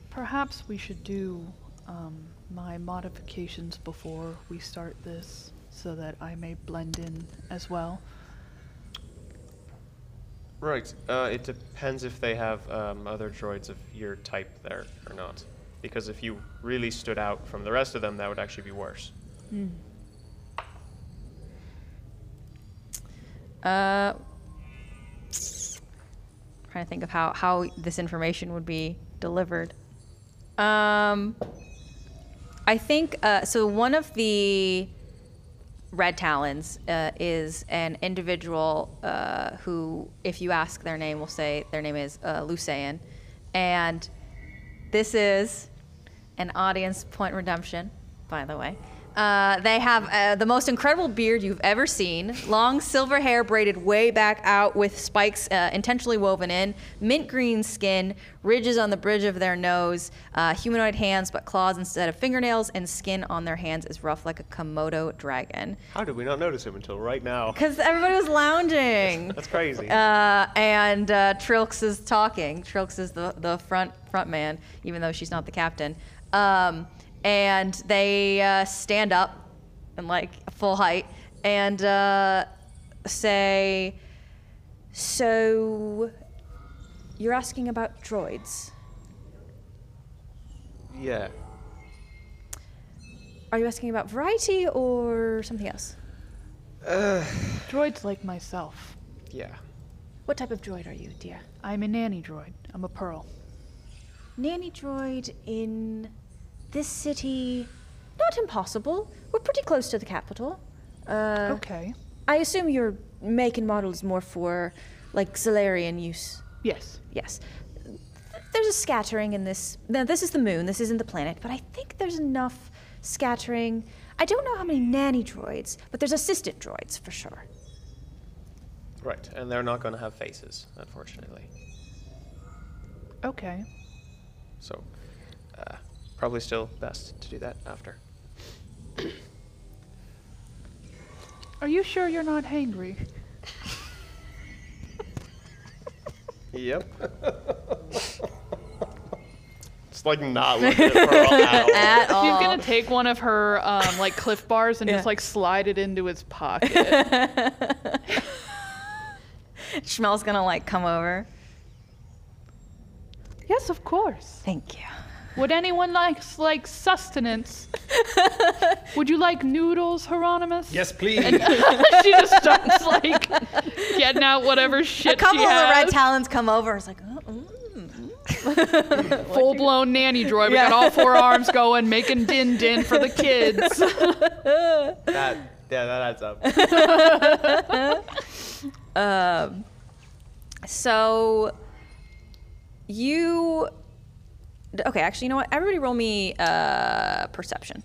perhaps we should do um, my modifications before we start this so that I may blend in as well. Right. Uh, it depends if they have um, other droids of your type there or not. Because if you really stood out from the rest of them, that would actually be worse. Uh, trying to think of how, how this information would be delivered. Um, I think uh, so. One of the Red Talons uh, is an individual uh, who, if you ask their name, will say their name is uh, Lucian, and this is an audience point redemption, by the way. Uh, they have uh, the most incredible beard you've ever seen. Long silver hair braided way back out with spikes uh, intentionally woven in. Mint green skin, ridges on the bridge of their nose. Uh, humanoid hands, but claws instead of fingernails, and skin on their hands is rough like a Komodo dragon. How did we not notice him until right now? Because everybody was lounging. That's crazy. Uh, and uh, Trilx is talking. Trilx is the, the front front man, even though she's not the captain. Um, and they uh, stand up in like full height and uh, say, "So you're asking about droids? yeah. Are you asking about variety or something else? Droids like myself. Yeah. What type of droid are you, dear? I'm a nanny droid. I'm a pearl. nanny droid in this city not impossible we're pretty close to the capital uh, okay. i assume your make and model is more for like solarian use Yes. yes there's a scattering in this now this is the moon this isn't the planet but i think there's enough scattering i don't know how many nanny droids but there's assistant droids for sure Right. And they're not going to have faces, unfortunately. Okay. So, uh, probably still best to do that after. Are you sure you're not hangry? Yep. it's like not looking at her at all. She's gonna take one of her um, like cliff bars and just like slide it into his pocket. schmel's gonna like come over yes, of course. thank you Would anyone like like sustenance? Would you like noodles, Hieronymus? Yes, please. she just starts like getting out whatever shit a couple she of the red has. talons come over it's like oh, mm. Full blown nanny droid. We got all four arms going, making din din for the kids. That, yeah, that adds up. So you d- okay, actually, you know what? Everybody roll me uh perception.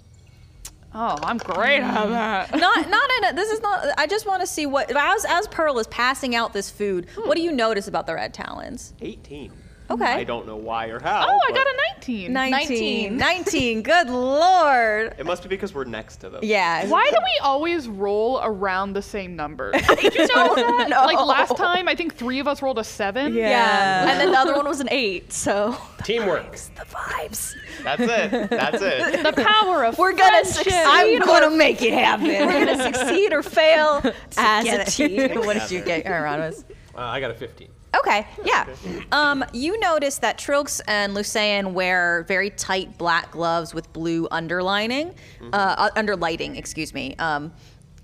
Oh, I'm great at that. Not not in a, this is not I just want to see what as as Pearl is passing out this food, what do you notice about the red talons? 18. Hmm, I Okay. don't know why or how. Oh, I but got a 19. 19. 19. Good lord. It must be because we're next to them. Yeah. Why do we always roll around the same number? No, no. Like last time, I think three of us rolled a seven. Yeah. And then the other one was an 8, so Teamwork. the vibes. That's it. That's it. The power of We're going to succeed. I'm going to make it happen. We're going to succeed or fail as a team. What did you get, Hieronymus? Uh, I got a 15. Okay, yeah. Um, you notice that Trilx and Lucian wear very tight black gloves with blue underlining, uh, uh, underlighting, excuse me. Um,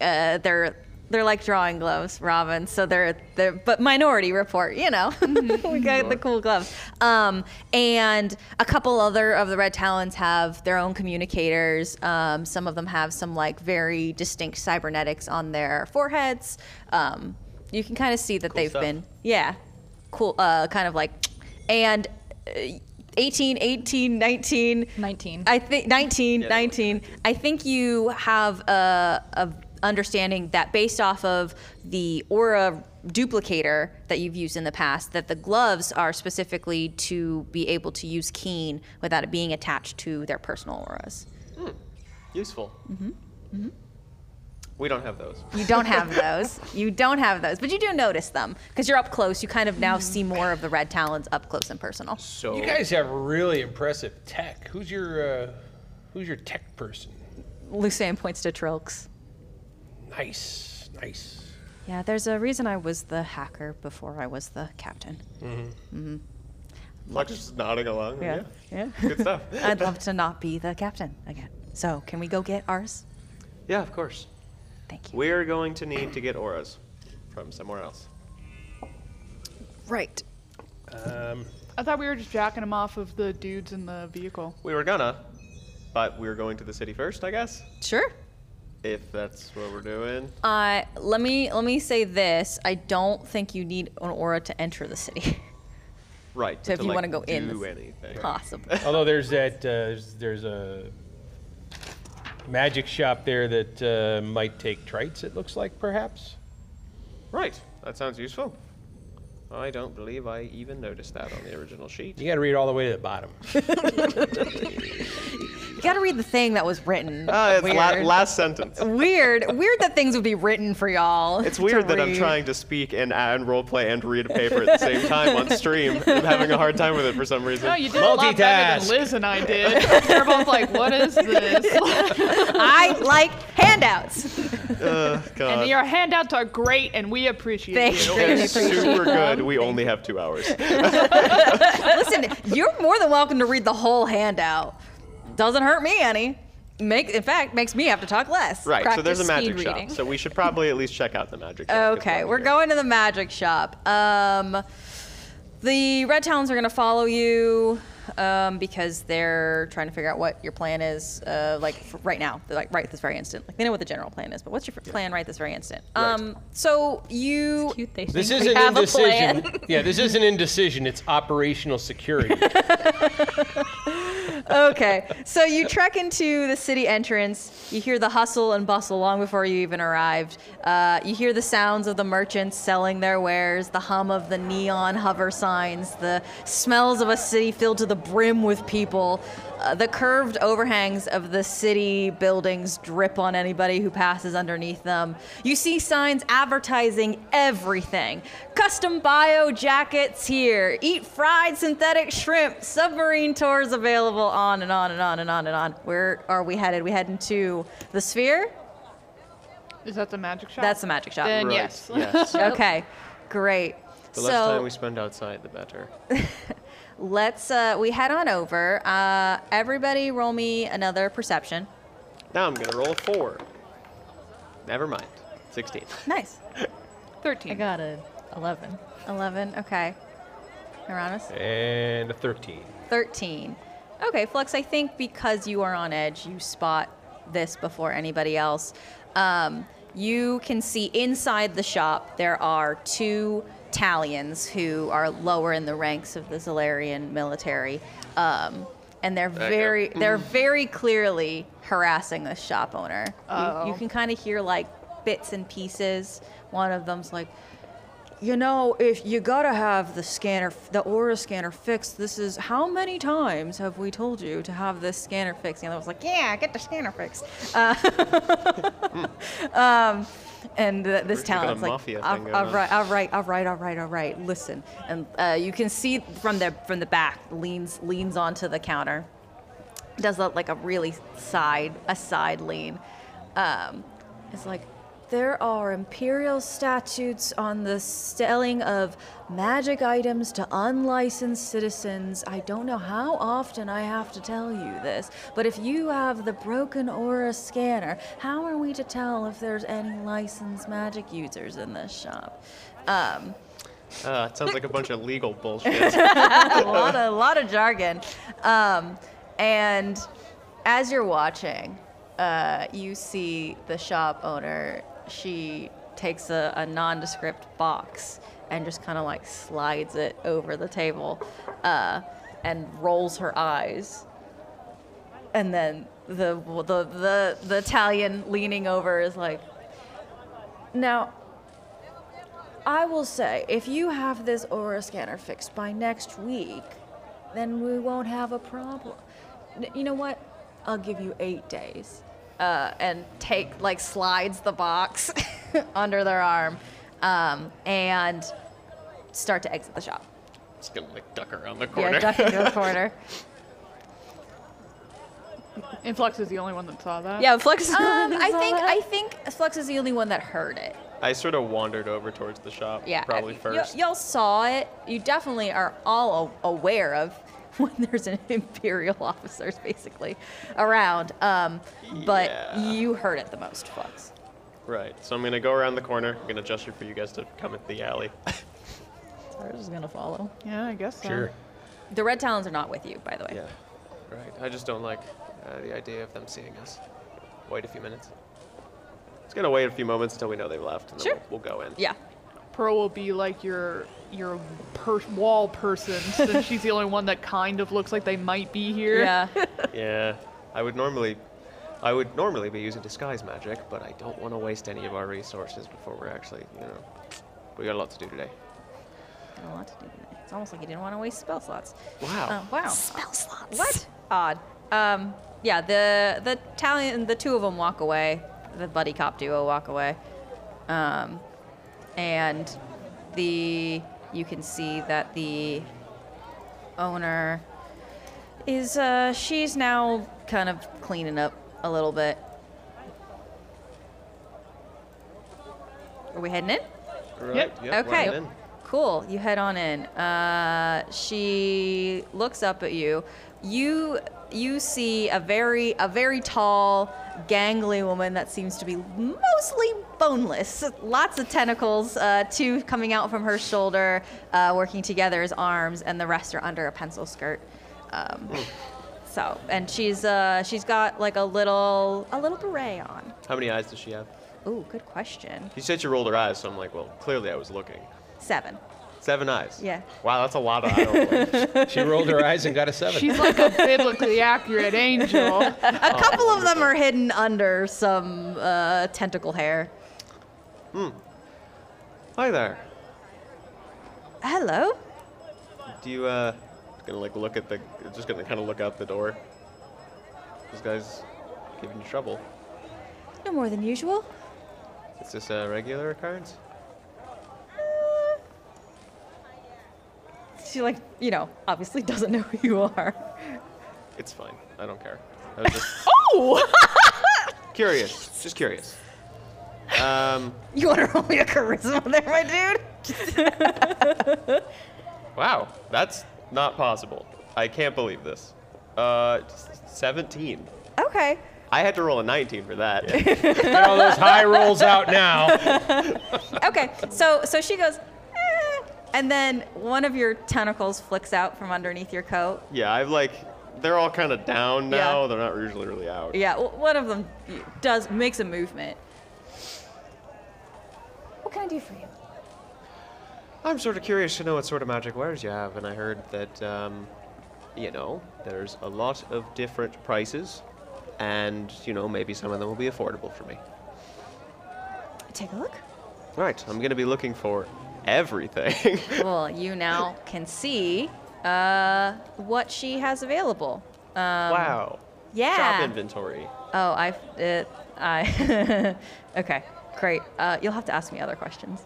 uh, they're they're like drawing gloves, Robin. So they're they're but Minority Report, you know, we got the cool gloves. Um, and a couple other of the Red Talons have their own communicators. Um, some of them have some like very distinct cybernetics on their foreheads. Um, you can kind of see that they've stuff. been yeah, cool, uh, kind of like, and. Uh, 18, 18, 19, 19. I think 19, Yeah, they were 19. I think you have a, a understanding that based off of the aura duplicator that you've used in the past, that the gloves are specifically to be able to use keen without it being attached to their personal auras. Useful. Mm-hmm. We don't have those. You don't have those. You don't have those, but you do notice them because you're up close. You kind of now see more of the red talons up close and personal. So You guys have really impressive tech. Who's your uh, who's your tech person? Lucian points to Trilks. Nice, nice. Yeah, there's a reason I was the hacker before I was the captain. Fletcher's just nodding along. Yeah. Yeah. Good stuff. I'd love to not be the captain again. So, can we go get ours? yeah, of course. Thank you. We are going to need to get auras from somewhere else. Right. Um, I thought we were just jacking them off of the dudes in the vehicle. We were gonna, but we were going to the city first, I guess. Sure. If that's what we're doing. Uh, let me let me say this. I don't think you need an aura to enter the city. Right. So if you like, wanna go in, do this- anything. Possible. although there's that uh, there's, there's a magic shop there that uh, might take trites. It looks like perhaps. Right. That sounds useful. I don't believe I even noticed that on the original sheet. You got to read all the way to the bottom. You got to read the thing that was written. Ah, it's weird. la- last sentence. weird. Weird that things would be written for y'all. It's to weird that I'm read. trying to speak and, and roleplay and read a paper at the same time on stream. and I'm having a hard time with it for some reason. No, you did a lot better Multitask. than Liz and I did. we are both like, what is this? I like handouts. Ugh, God. and your handouts are great, and we appreciate Thank you. you. They're super good. We only have two hours. Listen, you're more than welcome to read the whole handout. Doesn't hurt me any. Make in fact makes me have to talk less. Right. so there's a Practice magic speed shop. reading. So we should probably at least check out the magic shop. if Okay, we're here. going to the magic shop. Um, the red talons are going to follow you um, because they're trying to figure out what your plan is. Uh, like f right now, They're, like right this very instant. Like they know what the general plan is, but what's your f- plan right this very instant? Um, so you Cute they This think. is an have a indecision. yeah, this isn't indecision. It's operational security. okay? so you trek into the city entrance. You hear the hustle and bustle long before you even arrived. Uh, you hear the sounds of the merchants selling their wares, the hum of the neon hover signs, the smells of a city filled to the brim with people. Uh, the curved overhangs of the city buildings drip on anybody who passes underneath them. You see signs advertising everything custom bio jackets here, eat fried synthetic shrimp, submarine tours available, on and on and on and on and on. Where are we headed? We heading to the sphere? Is that the magic shop? That's the magic shop. Then Right, yes. yes. Okay, great. The so less time we spend outside, the better. let's uh, we head on over. Uh, everybody, roll me another perception. Now I'm gonna roll a four. Never mind. Sixteen. Nice. 13. I got a 11. 11, okay. Hieronymus? and a 13. 13. Okay, Flux, I think because you are on edge, you spot this before anybody else. Um, you can see inside the shop there are two Talions who are lower in the ranks of the Zolarian military. Um, and they're up. very they're very clearly harassing this shop owner. You, you Uh-oh. can kind of hear like bits and pieces. One of them's like, you know, if you gotta have the scanner, the aura scanner fixed, this is how many times have we told you to have this scanner fixed? And I was like, yeah, get the scanner fixed. Uh, um, and uh, this We've got a talent's like, mafia all thing going on." right, all right, all right, all right, all right, listen. And uh, you can see from the from the back leans leans onto the counter, does a, like a really side a side lean. Um, it's like, There are imperial statutes on the selling of magic items to unlicensed citizens. I don't know how often I have to tell you this, but if you have the broken aura scanner, how are we to tell if there's any licensed magic users in this shop? Um, Uh, it sounds like a bunch of legal bullshit. a lot of, a lot of jargon. Um, and as you're watching, uh, you see the shop owner. She takes a, a nondescript box and just kind of like slides it over the table uh, and rolls her eyes. And then the, the, the, the Italian leaning over is like, now, I will say, if you have this aura scanner fixed by next week, then we won't have a problem. N- You know what? I'll give you eight days. uh, and take like slides the box under their arm um, and start to exit the shop. it's gonna like duck around the Yeah, corner. duck into a corner. Influx is the only one that saw that. Yeah, Flux is Um, I think I think Flux is the only one that heard it. I sort of wandered over towards the shop. Yeah, Probably y- y- first. y'all saw it. You definitely are all a- aware of when there's an imperial officers basically around. Um, but Yeah. you heard it the most, Flux. Right. So I'm gonna go around the corner. I'm gonna gesture for you guys to come at the alley. Ours is gonna follow. Yeah, I guess so. Sure. The red talons are not with you, by the way. yeah. Right. I just don't like uh, the idea of them seeing us. Wait a few minutes. It's gonna wait a few moments until we know they've left, and Sure. then we'll, we'll go in. Yeah. Pearl will be like your your per- wall person since she's the only one that kind of looks like they might be here. Yeah. Yeah, I would normally, I would normally be using disguise magic, but I don't want to waste any of our resources before we're actually, you know, we got a lot to do today. Got a lot to do today. It's almost like you didn't want to waste spell slots. Wow. Oh, wow. Spell slots. What? Odd. Um, yeah, the the Italian, the two of them walk away. The buddy cop duo walk away. Um, and the you can see that the owner is uh, she's now kind of cleaning up a little bit. Are we heading in? Right. Yep. yep, okay. right in. Cool. You head on in. Uh, she looks up at you. You you see a very a very tall, gangly woman that seems to be mostly boneless. Lots of tentacles, uh, two coming out from her shoulder, uh, working together as arms, and the rest are under a pencil skirt. Um, so, and she's uh, she's got like a little a little beret on. How many eyes does she have? Ooh, good question. You said she rolled her eyes, so I'm like, well, clearly I was looking. Seven. Seven eyes. Yeah. Wow, that's a lot of eye rolling. She rolled her eyes and got a seven. She's like a biblically accurate angel. A couple of them are hidden under some uh, tentacle hair. Hi there. Hello. Do you uh, gonna like look at the, just gonna kind of look out the door. This guy's giving you trouble. No more than usual. Is this a regular occurrence? Uh, She like, you know, obviously doesn't know who you are. It's fine. I don't care. I was just Oh! curious. Just curious. Um, You want to roll me a charisma there, my dude? wow, that's not possible. I can't believe this. Uh, 17. Okay. I had to roll a 19 for that. Get all those high rolls out now. Okay. So so she goes, eh. and then one of your tentacles flicks out from underneath your coat. yeah, I've like, they're all kind of down Yeah. now. They're not usually really out. Yeah, w- one of them does makes a movement. What can I do for you? I'm sort of curious to know what sort of magic wares you have, and I heard that, um, you know, there's a lot of different prices, and, you know, maybe some of them will be affordable for me. Take a look. Right, I'm gonna be looking for everything. Well, you now can see uh, what she has available. wow. Yeah. Shop inventory. Oh, I, uh, I, okay, great. Uh, you'll have to ask me other questions,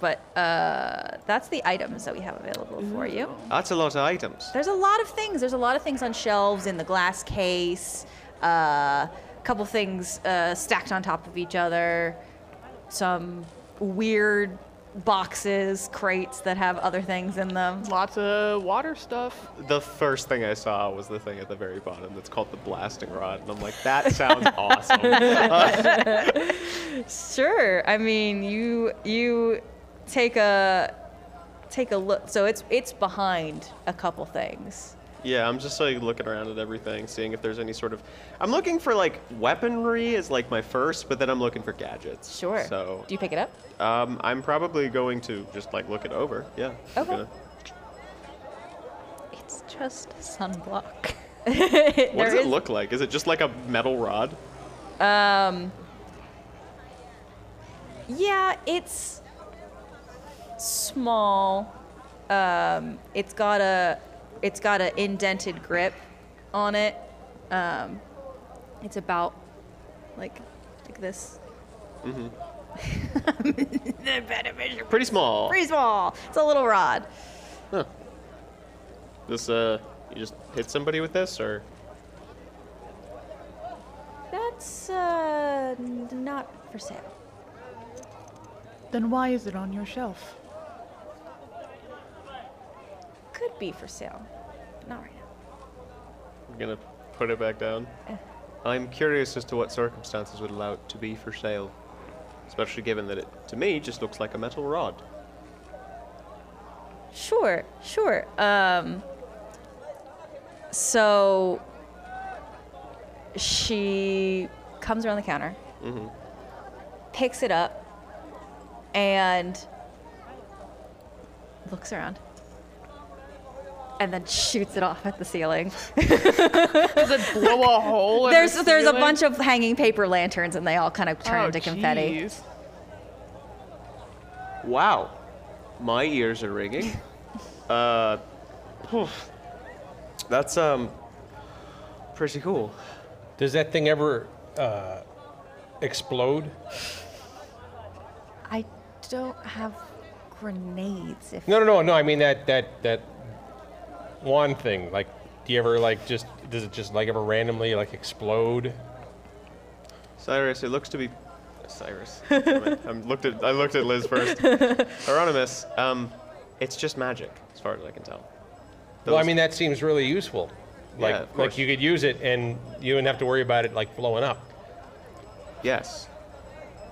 but uh, that's the items that we have available for you. That's a lot of items. There's a lot of things. There's a lot of things on shelves in the glass case. A uh, couple things uh, stacked on top of each other. some weird boxes, crates that have other things in them. Lots of water stuff. The first thing I saw was the thing at the very bottom that's called the blasting rod, and I'm like, that sounds awesome. Sure. I mean, you you take a take a look. So it's it's behind a couple things. yeah, I'm just like looking around at everything, seeing if there's any sort of. I'm looking for like weaponry is like my first, but then I'm looking for gadgets. Sure. So Do you pick it up? um, I'm probably going to just like look it over. Yeah. I'm Okay. gonna- It's just sunblock. What does There it look like? Is it just like a metal rod? Um, yeah, it's small. Um, it's got a it's got an indented grip on it. Um, it's about like like this. Pretty small. Pretty small. It's a little rod. This uh, you just hit somebody with this, or That's uh, n- not for sale. Then why is it on your shelf? Could be for sale, but not right now. I'm gonna put it back down. I'm curious as to what circumstances would allow it to be for sale, especially given that it, to me, just looks like a metal rod. Sure, sure. Um, so she comes around the counter, picks it up, and looks around. And then shoots it off at the ceiling. Does it blow a hole? in the there's there's a ceiling? bunch of hanging paper lanterns, and they all kind of turn Oh, into confetti. jeez. Wow, my ears are ringing. uh, phew. that's um, pretty cool. Does that thing ever uh, explode? I don't have grenades. If No, no, no, no. I mean that that that one thing. Like, do you ever like just does it just like ever randomly like explode? Cyrus, it looks to be Cyrus. I am looked at. I looked at Liz first. Hieronymus, um, it's just magic, as far as I can tell. Well, I Those- mean that seems really useful. Like, Yeah, of like course. you could use it and you wouldn't have to worry about it like blowing up. Yes,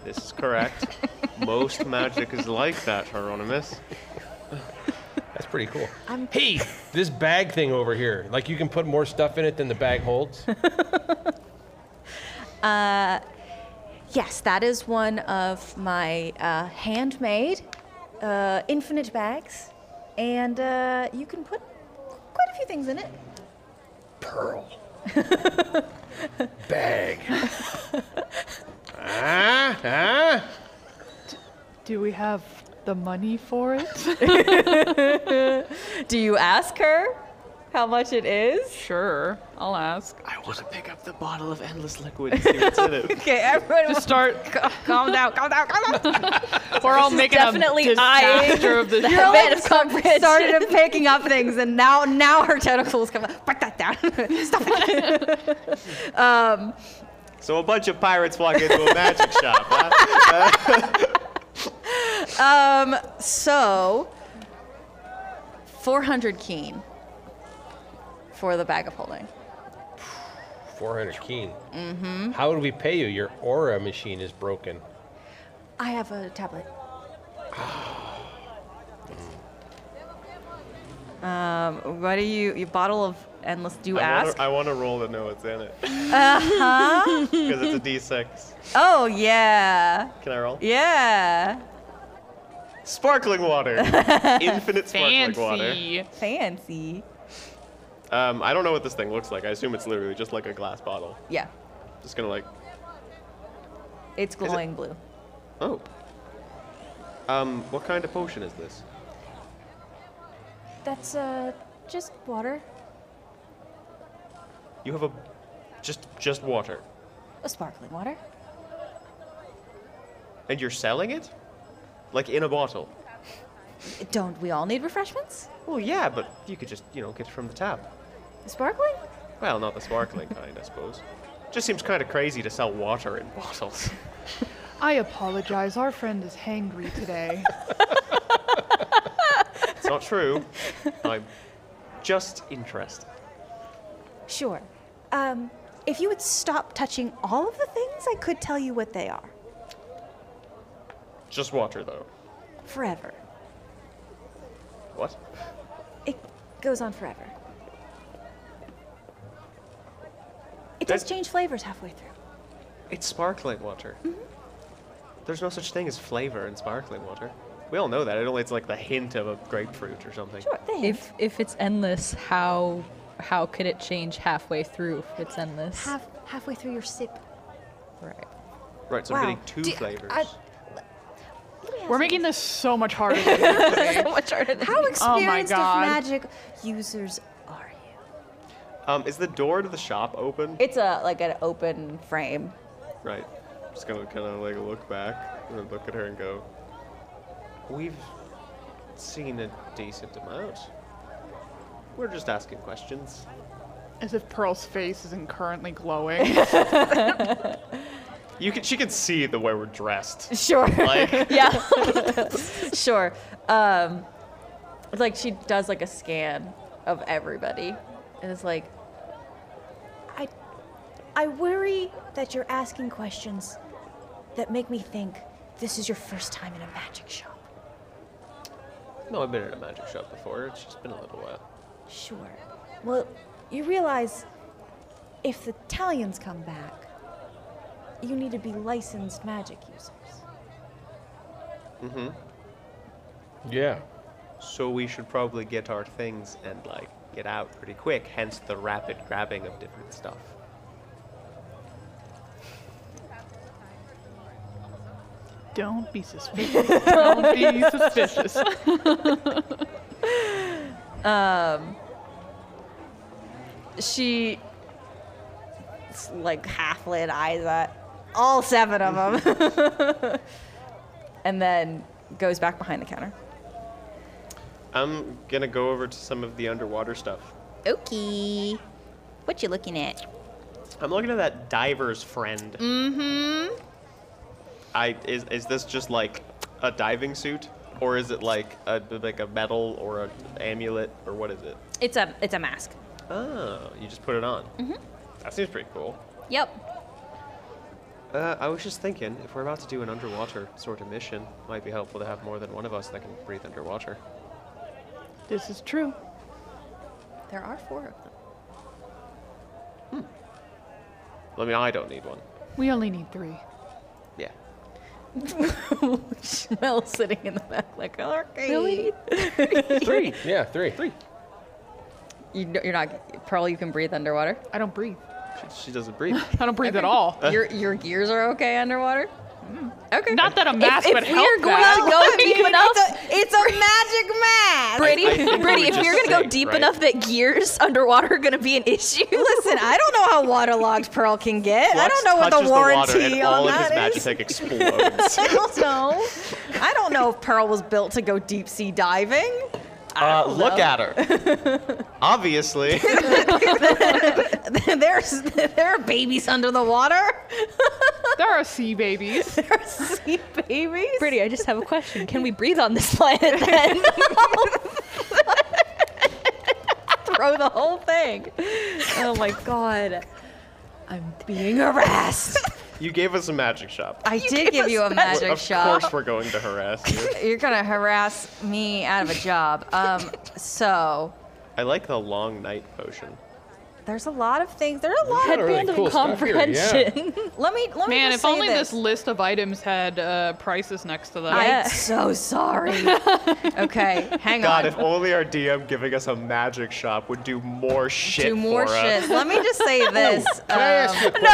this is correct. Most magic is like that, Hieronymus. That's pretty cool. hey, this bag thing over here. Like you can put more stuff in it than the bag holds. Yes, that is one of my uh, handmade uh, infinite bags, and uh, you can put quite a few things in it. Pearl. bag. ah, ah. Do we have the money for it? Do you ask her how much it is? sure, I'll ask. I want to pick up the bottle of endless liquid and see what's in it. Okay, everyone. Just start. calm down, calm down, calm down. We're all making definitely a disaster eyeing of this. You're Bit like of comprehension. started picking up things, and now now her tentacles come. up. Put that down. Stop it. um, So a bunch of pirates walk into a magic shop. Huh? um, so, 400 keen for the bag of holding. 400 keen. Mm-hmm. How would we pay you? Your aura machine is broken. I have a tablet. um, what do you? Your bottle of endless. Do you I ask? wanna- I want to roll to know what's in it. Uh-huh. Because it's a D6. oh yeah, Can I roll? yeah. Sparkling water. Infinite sparkling water. Fancy. Fancy. Um, I don't know what this thing looks like. I assume it's literally just like a glass bottle. Yeah, Just gonna like, it's glowing blue. oh. Um, what kind of potion is this? That's uh, just water, You have a, just just water, a sparkling water. and you're selling it, like in a bottle. Don't we all need refreshments? Well, yeah, but you could just you know get it from the tap. Sparkling? Well, not the sparkling kind, I suppose. Just seems kind of crazy to sell water in bottles. I apologize. Our friend is hangry today. It's not true. I'm just interested. Sure. Um, if you would stop touching all of the things, I could tell you what they are. Just watch her, though. Forever. What? It goes on forever. It does That- change flavors halfway through. Mm-hmm. It's sparkling water. There's no such thing as flavor in sparkling water. We all know that. It only it's like the hint of a grapefruit or something. Sure, they have If if it's endless, how how could it change halfway through if it's endless? half, halfway through your sip. right. Right, so wow. I'm getting two Do- flavors. I- We're making this so much harder. than- How Oh experienced God. of magic users are you? um, is the door to the shop open? It's a like an open frame. Right. Just gonna kind of like look back and then look at her and go, We've seen a decent amount. We're just asking questions. As if Pearl's face isn't currently glowing. You can, she can see the way we're dressed. Sure. Like, yeah. sure. Um, it's like she does like a scan of everybody, and it's like I, I worry that you're asking questions that make me think this is your first time in a magic shop. no, I've been in a magic shop before. It's just been a little while. Sure. Well, you realize if the Italians come back, you need to be licensed magic users. Yeah. So we should probably get our things and like get out pretty quick, hence the rapid grabbing of different stuff. Don't be suspicious. Don't be suspicious. she s- like half lit eyes at all seven of them, and then goes back behind the counter. I'm gonna go over to some of the underwater stuff. Okay. What you looking at? I'm looking at that diver's friend. Mm-hmm. I is is this just like a diving suit, or is it like a like a medal or a amulet or what is it? It's a it's a mask. Oh, you just put it on. Mm-hmm. That seems pretty cool. Yep. Uh, I was just thinking, if we're about to do an underwater sort of mission, it might be helpful to have more than one of us that can breathe underwater. This is true. There are four of them. I mean, I don't need one. We only need three. Yeah. Mel sitting in the back like, okay. Really? Three. Yeah, three. Three. You, kn- you're not Pearl. You can breathe underwater. I don't breathe. She, she doesn't breathe. I don't breathe at all. Your your gears are okay underwater. Mm. Okay. Not that a mask would help. that. to go deep enough, It's a magic mask. Brady, I think we Brady, were if just you're gonna go safe, deep right? enough that gears underwater are gonna be an issue, Listen, I don't know how waterlogged Pearl can get. I Flux don't know what the touches warranty water and on all of that his magic is. tech explodes. I don't know. I don't know if Pearl was built to go deep sea diving. uh, look at her. Obviously. There's there are babies under the water. There are sea babies. There are sea babies. Brady, I just have a question. Can we breathe on this planet then? Throw the whole thing. Oh my god. I'm being harassed. You gave us a magic shop. I did give you a We're- magic of shot. course, we're going to harass you. You're gonna harass me out of a job. Um, so I like the long night potion. there's a lot of things. There are a lot. Got a really Headband cool of stuff here, yeah. comprehension. Let me let me Man, just if say only this. this list of items had uh, prices next to them. I'm so sorry. okay, hang God, on. if only our DM giving us a magic shop would do more shit. Do more for shit. Us. Let me just say this. Can I ask you a question?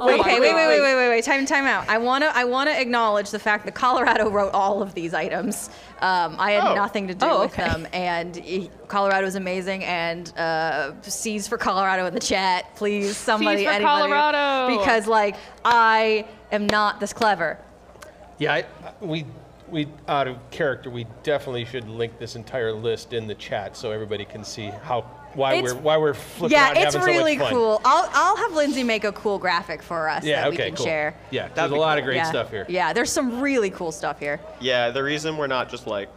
Oh wait, okay, wait, wait, wait, wait, wait, wait. Time, time out. I wanna, I wanna acknowledge the fact that Colorado wrote all of these items. Um, I had Oh. nothing to do Oh, with okay. them, and eh, Colorado is amazing. And uh, C's for Colorado in the chat, please. Somebody, for anybody, Colorado. because like I am not this clever. Yeah, I, I- we we out of character. We definitely should link this entire list in the chat so everybody can see how why It's- we're why we're flipping yeah, out and it's having so much really fun. cool. I'll, I'll have Lindsay make a cool graphic for us Yeah, that okay, we can cool. share. Yeah, there's a be lot of cool. great yeah. stuff here. Yeah, there's some really cool stuff here. Yeah, the reason we're not just like,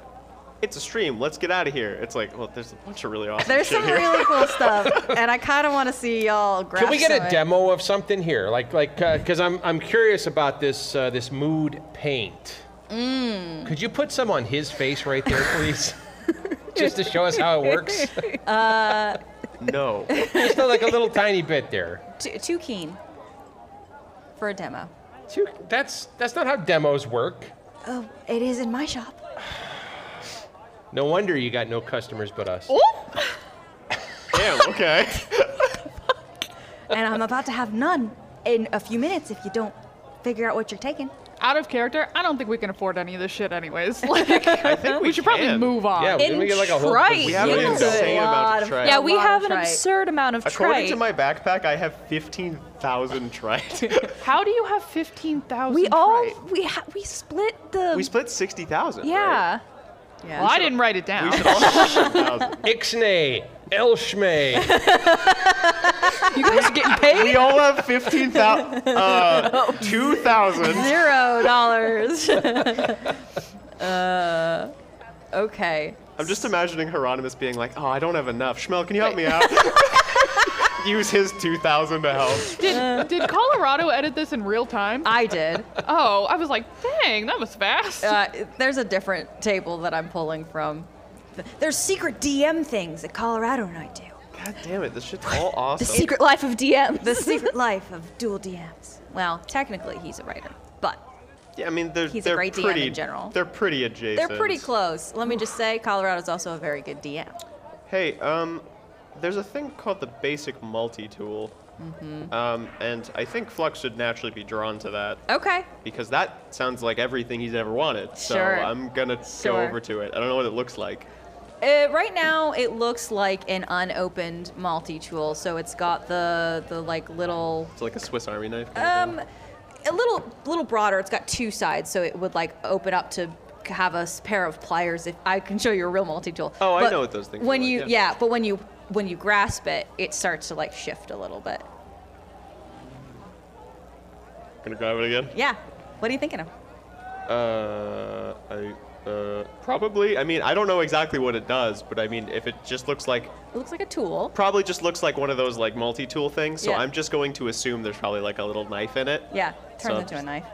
it's a stream, let's get out of here. It's like, well, there's a bunch of really awesome There's shit some here. really cool stuff, and I kind of want to see y'all grab Can we get some a of it. demo of something here? Like, like, because I'm, I'm curious about this, uh, this mood paint. Could you put some on his face right there, please? Just to show us how it works. no. Just like a little tiny bit there. Too, too keen for a demo. Two- That's, that's not how demos work. Oh, it is in my shop. No wonder you got no customers but us. Damn, okay. and I'm about to have none in a few minutes if you don't figure out what you're taking. Out of character, I don't think we can afford any of this shit, anyways. Like, I think we, we should probably can. move on. Yeah, we get like a whole trite, We have an bazillion Yeah. dollars. insane amount of trite. Yeah, we lot of have an trite. absurd amount of According trite. to my backpack, I have 15,000 trite. How do you have fifteen thousand? we all we ha- we split the we split 60,000. yeah. Right? Yeah. Well, I didn't write it We down. should all have 60,000. Ixnay, Elshmay. You guys are getting paid? We all have 15,000. Uh, 2,000. Zero dollars. uh, okay. I'm just imagining Hieronymus being like, oh, I don't have enough. Schmel, can you help me out? Use his 2,000 to help. Did, did Colorado edit this in real time? I did. Oh, I was like, dang, that was fast. Uh, there's a different table that I'm pulling from. There's secret DM things that Colorado and I do. God damn it, this shit's all awesome. The Secret Life of DM. The secret life of dual DMs. Well, technically he's a writer, but Yeah, I mean, they're, He's a they're great DM in pretty, general. They're pretty adjacent. they're pretty close. Let me just say, Colorado's also a very good DM. Hey, um, there's a thing called the basic multi tool. Mm-hmm. Um, and I think Flux should naturally be drawn to that Okay. because that sounds like everything he's ever wanted. So Sure. I'm gonna go Sure. over to it. I don't know what it looks like. Uh, right now, it looks like an unopened multi-tool. So it's got the the like little It's like a Swiss Army knife. Kind Um, of a little little broader. It's got two sides, so it would like open up to have a s- pair of pliers. If I can show you a real multi-tool. Oh, I know what those things are When like, you yeah. yeah. but when you when you grasp it, it starts to like shift a little bit. thing. Gonna grab it again. Yeah. What are you thinking of? Uh, I uh probably. I mean, I don't know exactly what it does, but I mean, if it just looks like It looks like a tool. probably just looks like one of those like multi tool things. So Yeah. I'm just going to assume there's probably like a little knife in it. Yeah. Turns So- into a knife.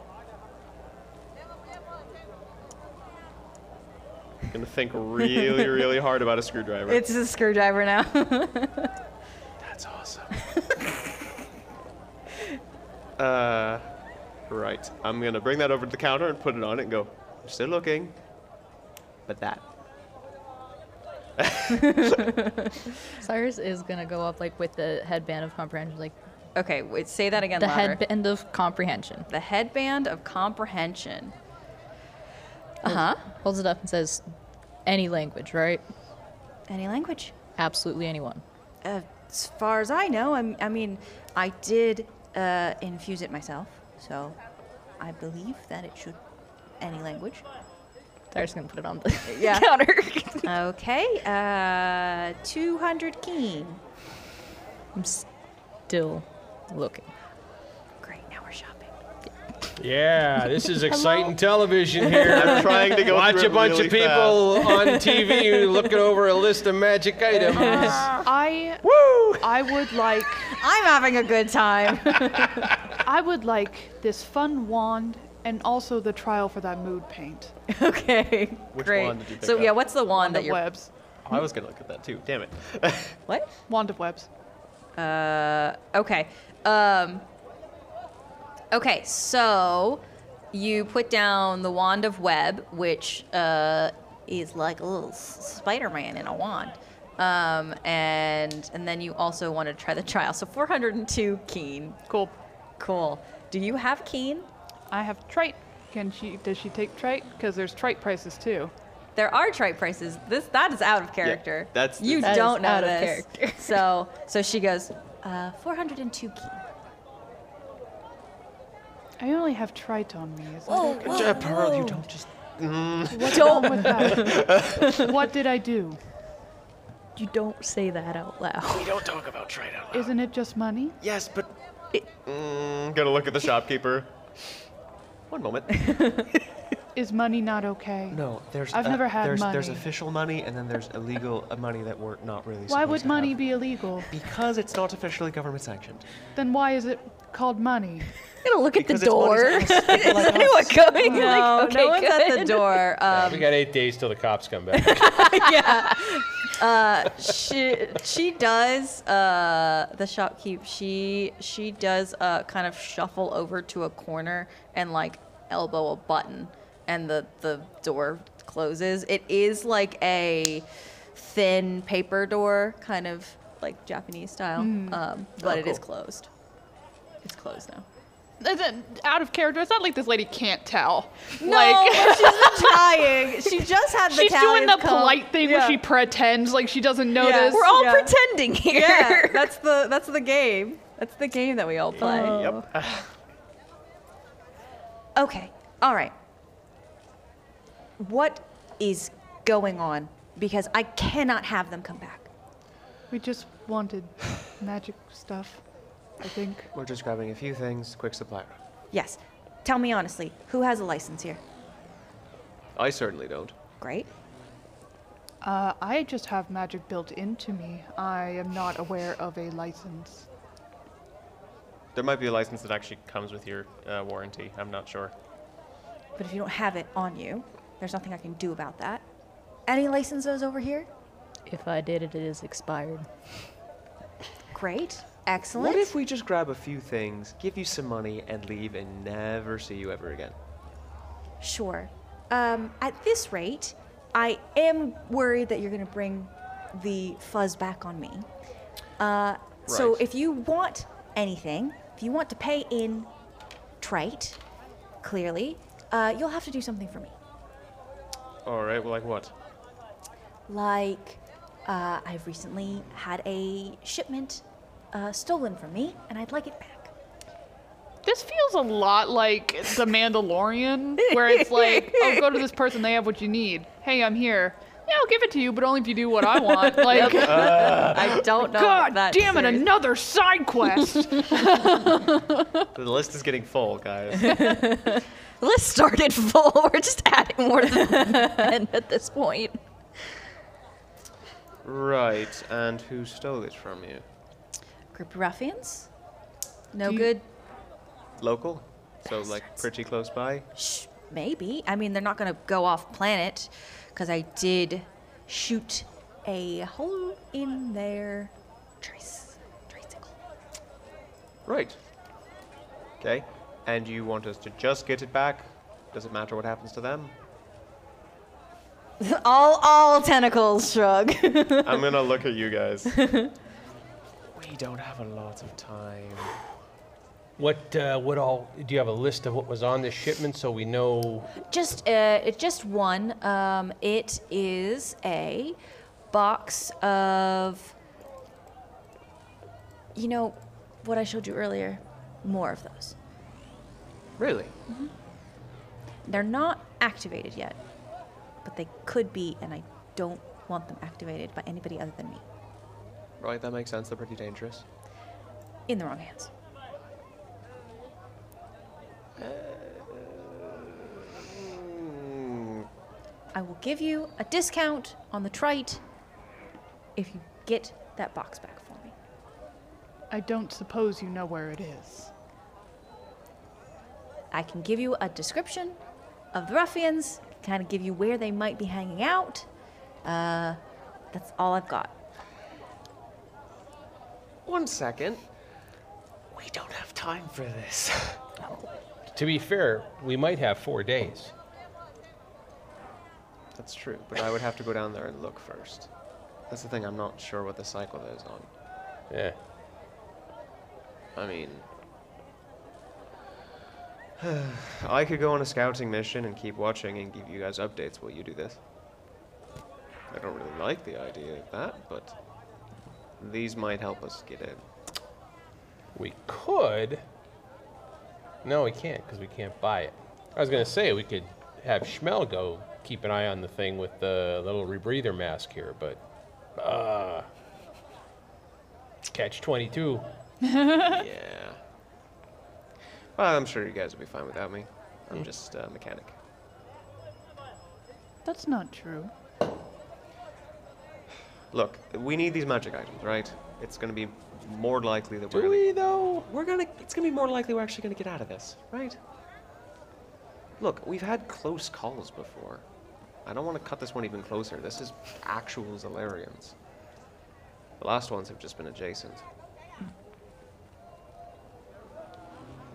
gonna think really, really hard about a screwdriver. It's a screwdriver now. That's awesome. uh, right. I'm gonna bring that over to the counter and put it on it and go. I'm still looking, but that. Cyrus is gonna go up like with the headband of comprehension, like okay. Wait. Say that again. the louder. headband of comprehension. The headband of comprehension. Uh huh. Holds it up and says, "Any language, right? Any language. Absolutely anyone." Uh, as far as I know, I'm, I mean, I did uh, infuse it myself, so I believe that it should any language. Cyrus is gonna put it on the Yeah. counter. Okay, uh, 200 keen. I'm still looking. Great, now we're shopping. Yeah, this is exciting television here. I'm trying to go Watch through a it bunch really of people on TV looking over a list of magic items. I Woo! I would like I'm having a good time. I would like this fun wand and also the trial for that mood paint. okay, Which great. wand did you pick so up? yeah, what's the wand Wand that of you're? webs. Oh, I was gonna look at that too. Damn it. What? Wand of webs. Okay. Um, okay, so you put down the wand of web, which uh, is like a little s- Spider-Man in a wand. Um, and and then you also want to try the trial. So 402 keen. Cool. Cool. Do you have keen? I have trite. Can she? Does she take trite? Because there's trite prices too. There are trite prices. This that is out of character. that's the- you That is don't know out of this. character. so so she goes uh, 402 keen. I only have trite on me. Is that okay? Uh, Pearl, you mm. don't just. What's wrong with that? what did I do? You don't say that out loud. We don't talk about trade out Isn't it just money? Yes, but. Mm, gotta look at the shopkeeper. One moment. Is money not okay? No, there's I've uh, never had there's, There's money. official money, and then there's illegal uh, money that we're not really. Why supposed would to money have. be illegal? Because it's not officially government sanctioned. Then why is it called money? I'm gonna look at the Because door. it's money for us, people like us. Anyone coming? No, like, okay, no one's at the good. door. Um, We got eight days till the cops come back. she she does uh, the shopkeep. She she does uh, kind of shuffle over to a corner and like elbow a button, and the the door closes. It is like a thin paper door, kind of like Japanese style, Mm. um, Oh, but it is closed. It's closed now. Is it out of character? It's not like this lady can't tell. No, like, she's been trying. She just had the she's doing Italians the come. polite thing where she pretends like she doesn't notice. We're all Yeah. pretending here. Yeah, that's the that's the game. That's the game that we all play. Yep. Oh. Okay, all right. What is going on? Because I cannot have them come back. We just wanted magic stuff, I think. We're just grabbing a few things. Quick supply run. Yes. Tell me honestly, who has a license here? I certainly don't. Great. Uh, I just have magic built into me. I am not aware of a license. There might be a license that actually comes with your uh, warranty. I'm not sure. But if you don't have it on you, there's nothing I can do about that. Any licenses over here? If I did it, it is expired. Great. Excellent. What if we just grab a few things, give you some money, and leave and never see you ever again? Sure. Um, at this rate, I am worried that you're going to bring the fuzz back on me. Uh, So Right. if you want anything, if you want to pay in trite, clearly, uh, you'll have to do something for me. All right. Well, like what? Like, uh, I've recently had a shipment uh, stolen from me, and I'd like it back. This feels a lot like The Mandalorian, where it's like, oh, go to this person, they have what you need. Hey, I'm here. Yeah, I'll give it to you, but only if you do what I want. Like, I Oh don't know. God that damn it, series. another side quest. The list is getting full, guys. The list started full. We're just adding more to the end at this point. right. And who stole it from you? Group of ruffians. No good. Local. So like pretty close by. Shh, maybe. I mean, they're not gonna go off planet, because I did shoot a hole in their trace tricycle. Right. Okay. And you want us to just get it back? Does it matter what happens to them? all, all tentacles shrug. I'm gonna look at you guys. We don't have a lot of time. What uh, what all do you have a list of what was on this shipment so we know Just, uh, it's just one. Um, it is a box of. You know, what I showed you earlier. More of those. Really? They're not activated yet, but they could be, and I don't want them activated by anybody other than me. Right, that makes sense. They're pretty dangerous. In the wrong hands. I will give you a discount on the trite if you get that box back for me. I don't suppose you know where it is. I can give you a description of the ruffians, kind of give you where they might be hanging out. Uh, that's all I've got. One second. We don't have time for this. to be fair, we might have four days. That's true, but I would have to go down there and look first. That's the thing, I'm not sure what the cycle is on. Yeah. I mean, I could go on a scouting mission and keep watching and give you guys updates while you do this. I don't really like the idea of that, but these might help us get in. We could No, we can't because we can't buy it. I was gonna say we could have Schmel go keep an eye on the thing with the little rebreather mask here, but Uh, catch 22. yeah. Well, I'm sure you guys will be fine without me. Hmm. I'm just a mechanic. That's not true. Look, we need these magic items, right? It's gonna be more likely that we're Do gonna. we, though? We're gonna. It's gonna be more likely we're actually gonna get out of this, right? Look, we've had close calls before. I don't want to cut this one even closer. This is actual Zalarians. The last ones have just been adjacent.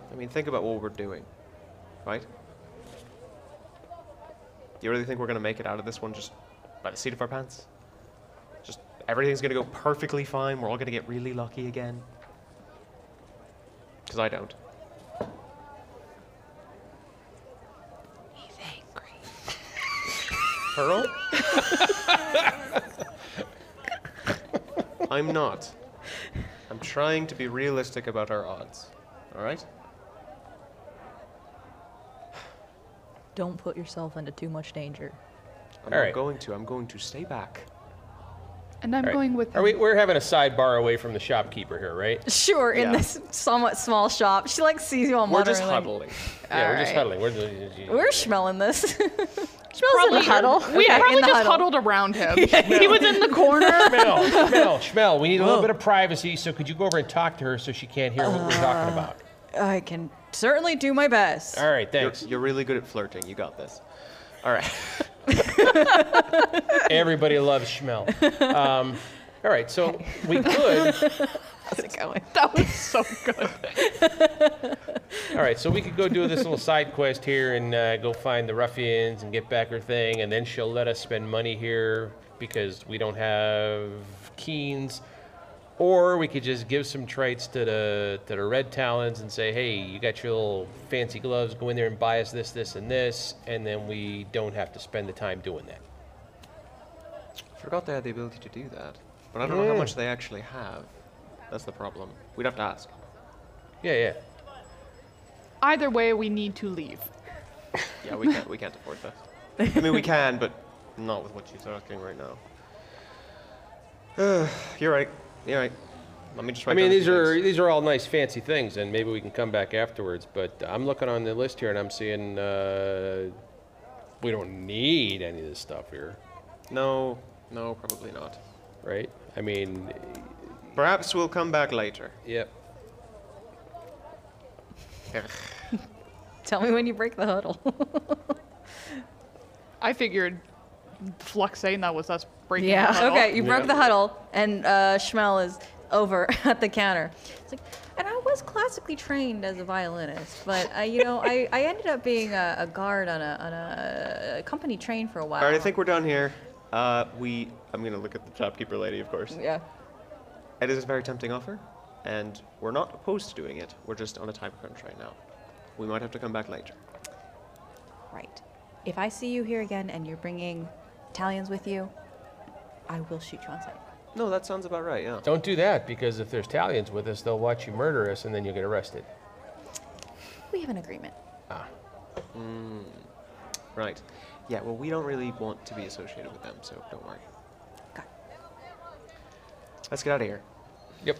I mean, think about what we're doing, right? Do you really think we're gonna make it out of this one just by the seat of our pants? Just everything's gonna go perfectly fine. We're all gonna get really lucky again. Because I don't. He's angry. Pearl? I'm not. I'm trying to be realistic about our odds. All right? Don't put yourself into too much danger. I'm All not right. going to. I'm going to stay back. And I'm All right. going with Are we, we're having a sidebar away from the shopkeeper here, right? Sure, in Yeah. this somewhat small shop. She like sees you on We're just Waterloo huddling. and- yeah, we're just right. huddling. We're, just- We're smelling this. smells in the Probably- huddle. We Okay, probably in the just huddle. huddled around him. he was in the corner. Schmel, Schmel, Schmel, we need a little bit of privacy, so could you go over and talk to her so she can't hear what we're Uh, talking about? I can certainly do my best. All right, You're, thanks. you're really good at flirting. You got this. All right. Everybody loves Schmel. Um, all right, so we could. How's it going? that was so good. All right, so we could go do this little side quest here and uh, go find the ruffians and get back her thing, and then she'll let us spend money here because we don't have keens. Or we could just give some traits to the to the red talons and say, hey, you got your little fancy gloves. Go in there and buy us this, this, and this, and then we don't have to spend the time doing that. Forgot they had the ability to do that. But I don't know how Yeah. much they actually have. That's the problem. We'd have to ask. Yeah, yeah. Either way, we need to leave. Yeah, we can't. We can't afford that. I mean, we can, but not with what she's asking right now. Ugh, you're right. You're right. Let me just. Write I mean, down a these few are things. these are all nice fancy things, and maybe we can come back afterwards. But I'm looking on the list here, and I'm seeing uh, we don't need any of this stuff here, No, no, probably not. right? I mean, Perhaps we'll come back later. yep. Tell me when you break the huddle. I figured Flux saying that was us breaking. the yeah. huddle. Okay, you broke Yeah. the huddle, and uh, Schmel is over at the counter. It's like, and I was classically trained as a violinist, but uh, you know, I, I ended up being a, a guard on a on a company train for a while. All right, I think we're done here. Uh, we. I'm gonna look at the shopkeeper lady, of course. Yeah. It is a very tempting offer, and we're not opposed to doing it. We're just on a time crunch right now. We might have to come back later. Right. If I see you here again and you're bringing Italians with you, I will shoot you on sight. No, that sounds about right. Yeah. Don't do that because if there's Italians with us, they'll watch you murder us, and then you'll get arrested. We have an agreement. Right. Yeah, well, we don't really want to be associated with them, so don't worry. Got Let's get out of here. Yep.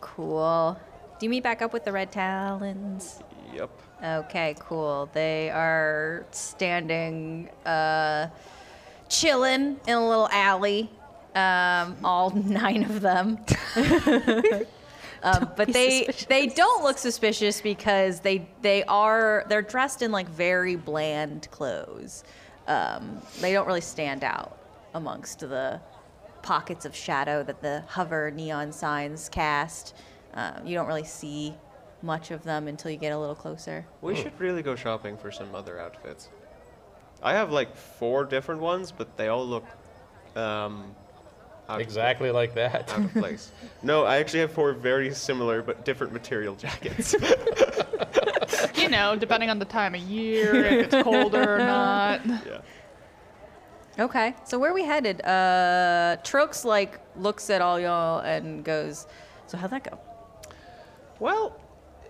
Cool. Do you meet back up with the red talons? Yep. Okay, cool. They are standing, uh, chilling in a little alley. Um, all nine of them. um, but be they they don't look suspicious because they they are they're dressed in like very bland clothes. Um, they don't really stand out amongst the pockets of shadow that the hover neon signs cast. Um, you don't really see much of them until you get a little closer. We should really go shopping for some other outfits. I have like four different ones, but they all look um, out, Exactly like that. of, out of place. No, I actually have four very similar but different material jackets. You know, depending on the time of year, if it's colder or not. yeah. Okay, so where are we headed? Uh, Trox like looks at all y'all and goes, "So how'd that go?" Well,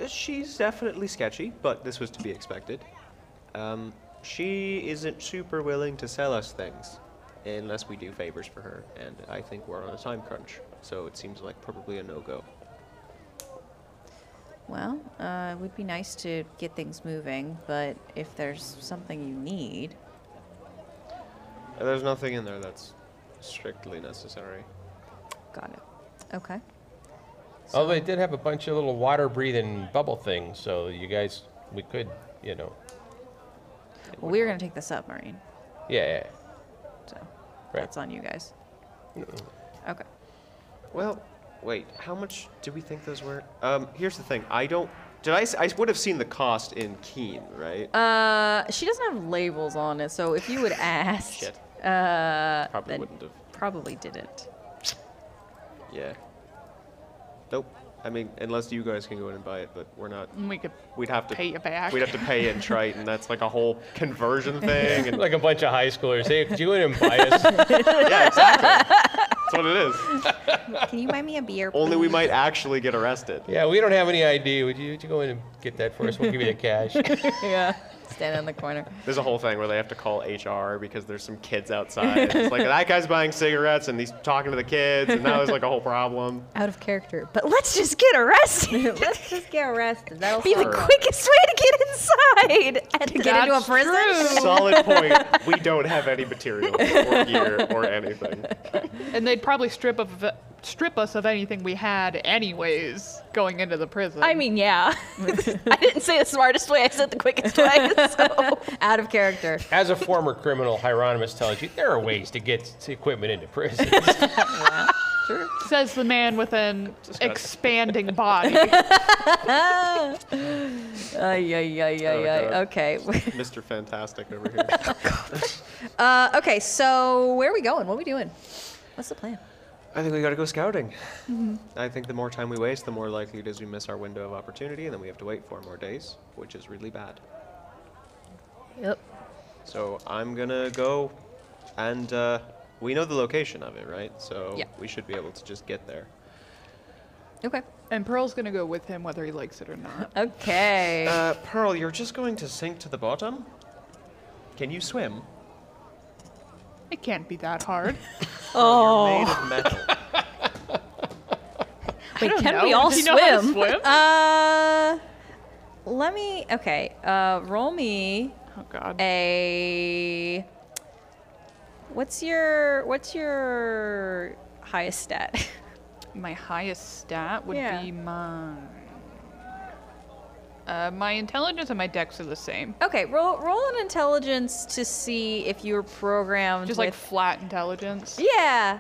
she's definitely sketchy, but this was to be expected. Um, she isn't super willing to sell us things. unless we do favors for her, and I think we're on a time crunch, so it seems like probably a no-go. Well, uh, it would be nice to get things moving, but if there's something you need, Uh, There's nothing in there that's strictly necessary. got it. Okay. Although they did have a bunch of little water breathing bubble things, so you guys, we could, you know, Well, we were gonna take the submarine, yeah, yeah. so Right. that's on you guys. Okay. Well, wait. How much do we think those were? Um, here's the thing. I don't. Did I? s- I would have seen the cost in Keen, right? Uh, she doesn't have labels on it, so if you would ask, Shit. uh, Probably then wouldn't have. Probably didn't. Yeah. Nope. I mean, unless you guys can go in and buy it, but we're not. And we could We'd have to pay you back. We'd have to pay in trite, and that's like a whole conversion thing. And Like a bunch of high schoolers. Hey, could you go in and buy us? yeah, exactly. That's what it is. Can you buy me a beer? Only we might actually get arrested. yeah, we don't have any ID. Would you, would you go in and get that for us? We'll give you the cash. Yeah. Stand in the corner. There's a whole thing where they have to call HR because there's some kids outside. and it's like that guy's buying cigarettes and he's talking to the kids, and now there's like a whole problem. Out of character, but Let's just get arrested. Let's just get arrested. That'll Be the Sure. quickest way to get inside and to get into a prison. Solid point. We don't have any material or gear or anything. And they'd probably strip of strip us of anything we had, anyways, going into the prison. I mean, yeah. I didn't say the smartest way. I said the quickest way. So. Out of character. As a former criminal, Hieronymus tells you there are ways to get s- equipment into prison. says the man with an got- expanding body. Ay, ay, ay, ay, Oh, ay. God. Okay. Mr. Fantastic over here. Uh, okay, so where are we going? What are we doing? What's the plan? I think we gotta go scouting. Mm-hmm. I think the more time we waste, the more likely it is we miss our window of opportunity, and then we have to wait four more days, which is really bad. Yep. So I'm gonna go, and uh, we know the location of it, right? So Yeah. we should be able to just get there. Okay. and Pearl's gonna go with him whether he likes it or not. Okay. Uh, Pearl, you're just going to sink to the bottom. Can you swim? It can't be that hard. Oh. You're made of metal. Wait, can No, we all does he know how to swim? Uh, let me. Okay. Uh, roll me Oh God. a. What's your What's your highest stat? My highest stat would Yeah. be mine. Uh, my intelligence and my dex are the same. okay. Roll Roll an intelligence to see if you're programmed. Just like with, flat intelligence. yeah.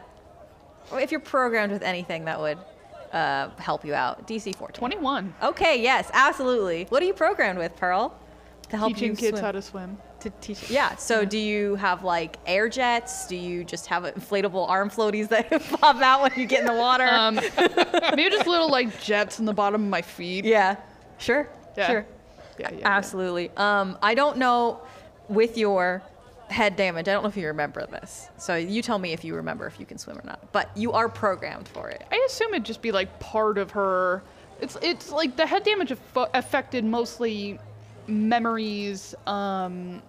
Or If you're programmed with anything, that would uh, help you out. DC 14. 21. Okay, yes, absolutely. What are you programmed with, Pearl? To help Teaching you kids swim? how to swim. to teach. Yeah. So, do you have like air jets? Do you just have inflatable arm floaties that pop out when you get in the water? Um, maybe just little like jets in the bottom of my feet. yeah. Sure. Yeah. Sure. Yeah, yeah, yeah. absolutely. Um, I don't know with your head damage. I don't know if you remember this. So you tell me if you remember if you can swim or not. But you are programmed for it. I assume it'd just be like part of her. It's it's like the head damage aff- affected mostly memories, um,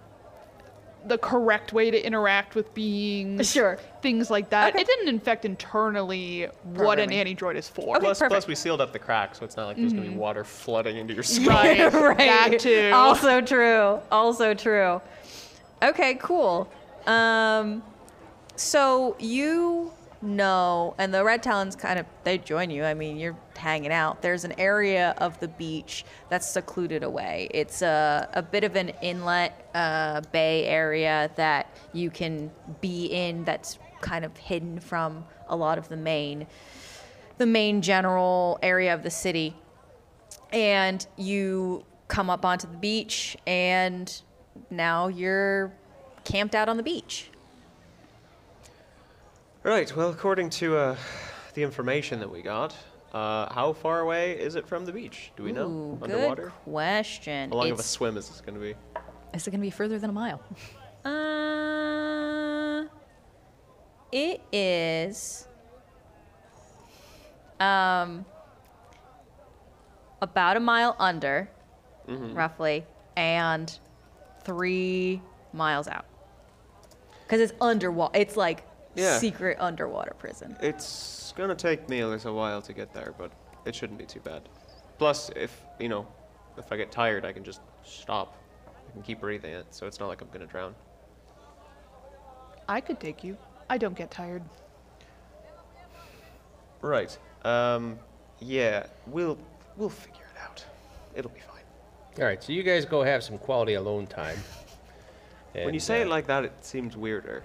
the correct way to interact with beings, Sure. things like that. Okay. It didn't affect internally what an Programming. antidroid is for. Okay, Plus- plus, perfect. we sealed up the crack, so it's not like there's gonna be water flooding into your skull. Right, that too. Also true. Also true. Okay, cool. Um, so you know, and the Red Talons kind of they join you. I mean, you're hanging out. There's an area of the beach that's secluded away. It's a, a bit of an inlet uh, bay area that you can be in. That's kind of hidden from a lot of the main the main general area of the city and you come up onto the beach and now you're camped out on the beach Right. Well, according to uh, the information that we got, uh, how far away is it from the beach? Do we know? Ooh, Underwater. good question How long of a it's, swim is this going to be? Is it going to be further than a mile? uh, it is um about a mile under roughly and three miles out because because it's underwater. It's like Yeah. secret underwater prison. It's gonna take Neelis a while to get there, but it shouldn't be too bad. Plus, if you know, if I get tired, I can just stop. I can keep breathing it, so it's not like I'm gonna drown. I could take you. I don't get tired. Right. Um. Yeah. We'll we'll figure it out. It'll be fine. All right, so you guys go have some quality alone time. when you And, say uh, it like that, it seems weirder.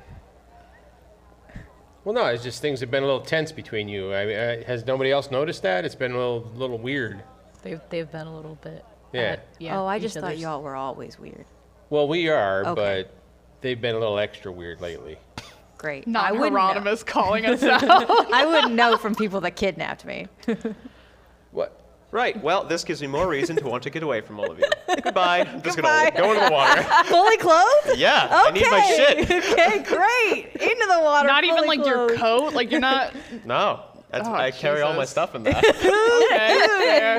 well, no, it's just things have been a little tense between you. I mean, uh, has nobody else noticed that? It's been a little, little weird. They've they've been a little bit. Yeah. at- yeah oh, I each just thought other's- y'all were always weird. Well, we are, Okay. but they've been a little extra weird lately. Great. I Not wouldn't know. Hieronymus calling us out. I wouldn't know from people that kidnapped me. What? Right. Well, this gives me more reason to want to get away from all of you. Goodbye. I'm just gonna go into the water. Fully clothed? yeah. I need my shit. okay, great. Into the water. not even fully like your clothed. coat. Like you're not. No. That's, Oh, I carry all my Jesus. stuff in that. Okay, fair.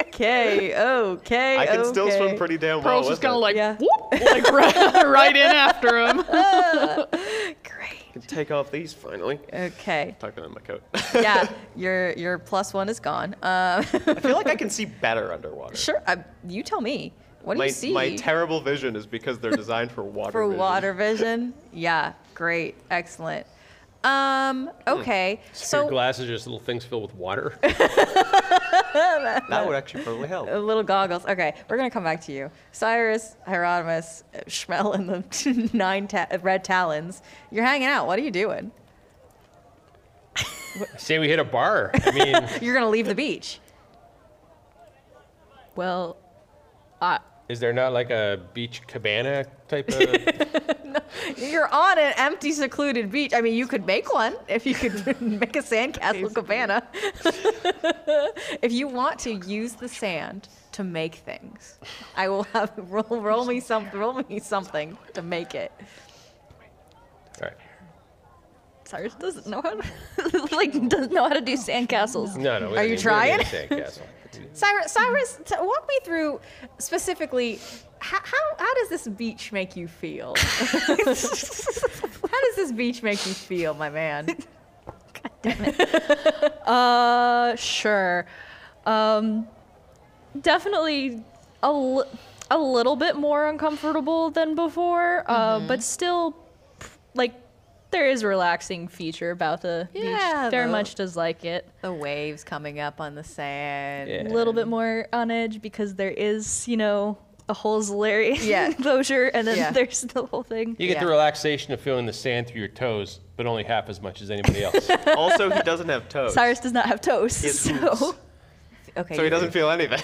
Okay, okay. I can still swim okay. pretty damn well. Pearl's with just gonna it. like Yeah. whoop, like right, right in after him. Great. can take off these finally. Okay. Tuck them in my coat. Yeah, your your plus one is gone. Uh, I feel like I can see better underwater. sure. Uh, you tell me. What do my, you see? my terrible vision is because they're designed for water. for vision. water vision. Yeah, great, excellent. Um, Hmm. okay, Your so glasses are just little things filled with water. That would actually probably help. uh, little goggles. Okay, we're gonna come back to you, Cyrus, Hieronymus, uh, Schmel, and the nine ta- uh, red talons. You're hanging out. What are you doing? Say we hit a bar. I mean, You're gonna leave the beach. Well, is there not like a beach cabana type of? You're on an empty, secluded beach. I mean, you could make one if you could make a sandcastle cabana. if you want to use the sand to make things, I will have roll, roll me some roll me something to make it. All right. Cyrus doesn't know how to like doesn't know how to do sandcastles. No, no. we Are you don't need- we don't need a trying? sandcastle. Cyrus, Cyrus, t- walk me through specifically how, how, how does this beach make you feel? how does this beach make you feel, my man? Uh, sure. Um, definitely a li- a little bit more uncomfortable than before, uh, Mm-hmm. but still, p- like, there is a relaxing feature about the Yeah, beach. Very though. much does like it. The waves coming up on the sand. Yeah. A little bit more on edge because there is, you know, a whole Zolari Yeah. enclosure, and then Yeah. there's the whole thing. You get the Yeah. relaxation of feeling the sand through your toes, but only half as much as anybody else. also, he doesn't have toes. Cyrus does not have toes, He has so hooves. Okay. So he doesn't feel anything.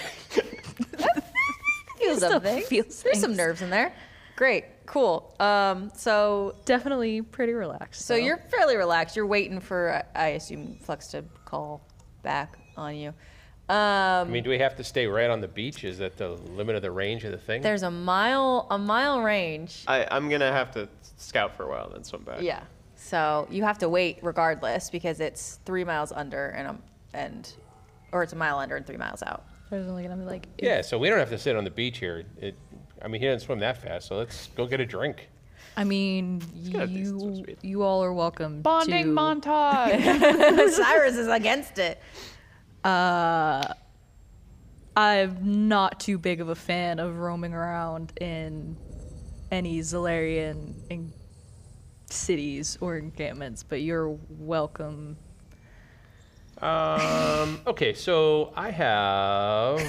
feel Still something. feels There's some things. nerves in there. Great, cool. Um, so definitely pretty relaxed. so though. you're fairly relaxed. You're waiting for I I assume Flux to call back on you. I Um, mean, do we have to stay right on the beach? Is that the limit of the range of the thing? there's a mile a mile range. I, I'm gonna have to scout for a while, then swim back. Yeah. So you have to wait regardless because it's three miles under and um and or it's a mile under and three miles out. There's only gonna be like yeah, so we don't have to sit on the beach here. It, I mean, he doesn't swim that fast, so let's go get a drink. I mean, got a decent swim you speed. you all are welcome Bonding to montage. Cyrus is against it. I'm not too big of a fan of roaming around in any Zalarian en- cities or encampments, but you're welcome. Um, okay, so I have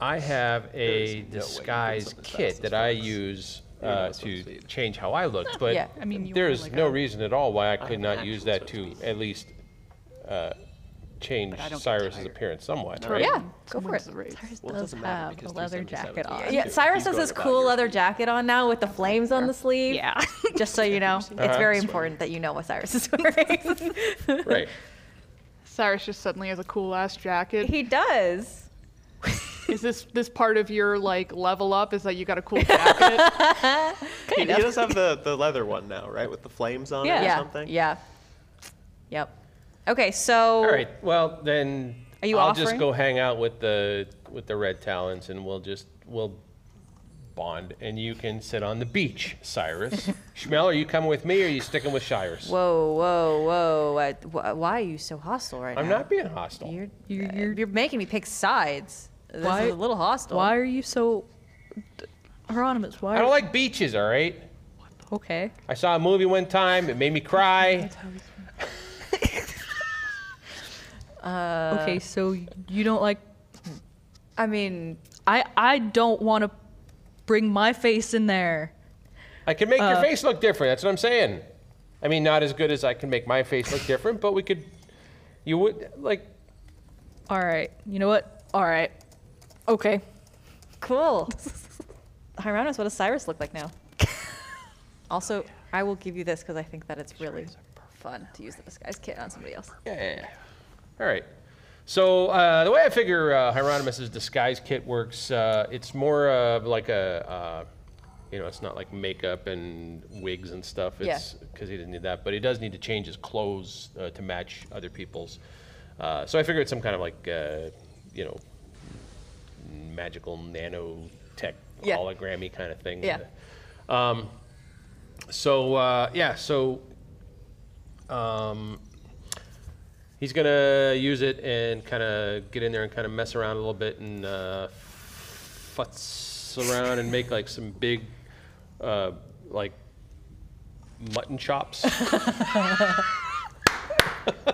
I have a There is no way you can disguise swim as fast kit as that I Fox. use You're not uh, supposed to to eat. change how I look, but Yeah. I mean, you there's were like no a- reason at all why I could I'm not use actually that to supposed at least uh, change I don't get Cyrus's tired. appearance somewhat, No. right? Yeah, go for Wins it. the race. Well, it doesn't matter because there's only seven of us. Yeah, He's Cyrus has going this about cool your leather jacket on now with the flames on the sleeve. Yeah. Just so you know, it's very important that you know what Cyrus is wearing. Right. Cyrus just suddenly has a cool ass jacket. he does. Is this this part of your like level up? Is that you got a cool jacket? He, he does have the, the leather one now, right? With the flames on it or yeah. something. Yeah. Yep. Okay, so All right. Well, then Are you I'll offering? just go hang out with the with the Red Talons, and we'll just we'll bond, and you can sit on the beach, Cyrus. Schmel, are you coming with me, or are you sticking with Cyrus? Whoa, whoa, whoa! I, wh- why are you so hostile right I'm now? not being hostile. You're, You- you're, you're- you're making me pick sides. This Why- is a little hostile. Why are you so. Hieronymus, why I are don't like beaches, all right? Okay. I saw a movie one time, it made me cry. okay, so you don't like. I mean, I, I don't want to bring my face in there. I can make Uh, your face look different, that's what I'm saying. I mean, not as good as I can make my face look different, but we could. You would, like, All right. You know what? All right. Okay. cool. Hieronymus, what does Cyrus look like now? also, I will give you this because I think that it's really fun to use the disguise kit on somebody else. Yeah. All right. So uh, the way I figure uh, Hieronymus's disguise kit works, uh, it's more of like a, uh, you know, it's not like makeup and wigs and stuff. Yeah. It's because he doesn't need that, but he does need to change his clothes uh, to match other people's. Uh, so I figure it's some kind of like, uh, you know, magical nanotech Yeah. hologrammy kind of thing. Yeah. Um, so uh, yeah, so um, he's gonna use it and kind of get in there and kind of mess around a little bit and uh, futz around and make like some big, uh, like mutton chops.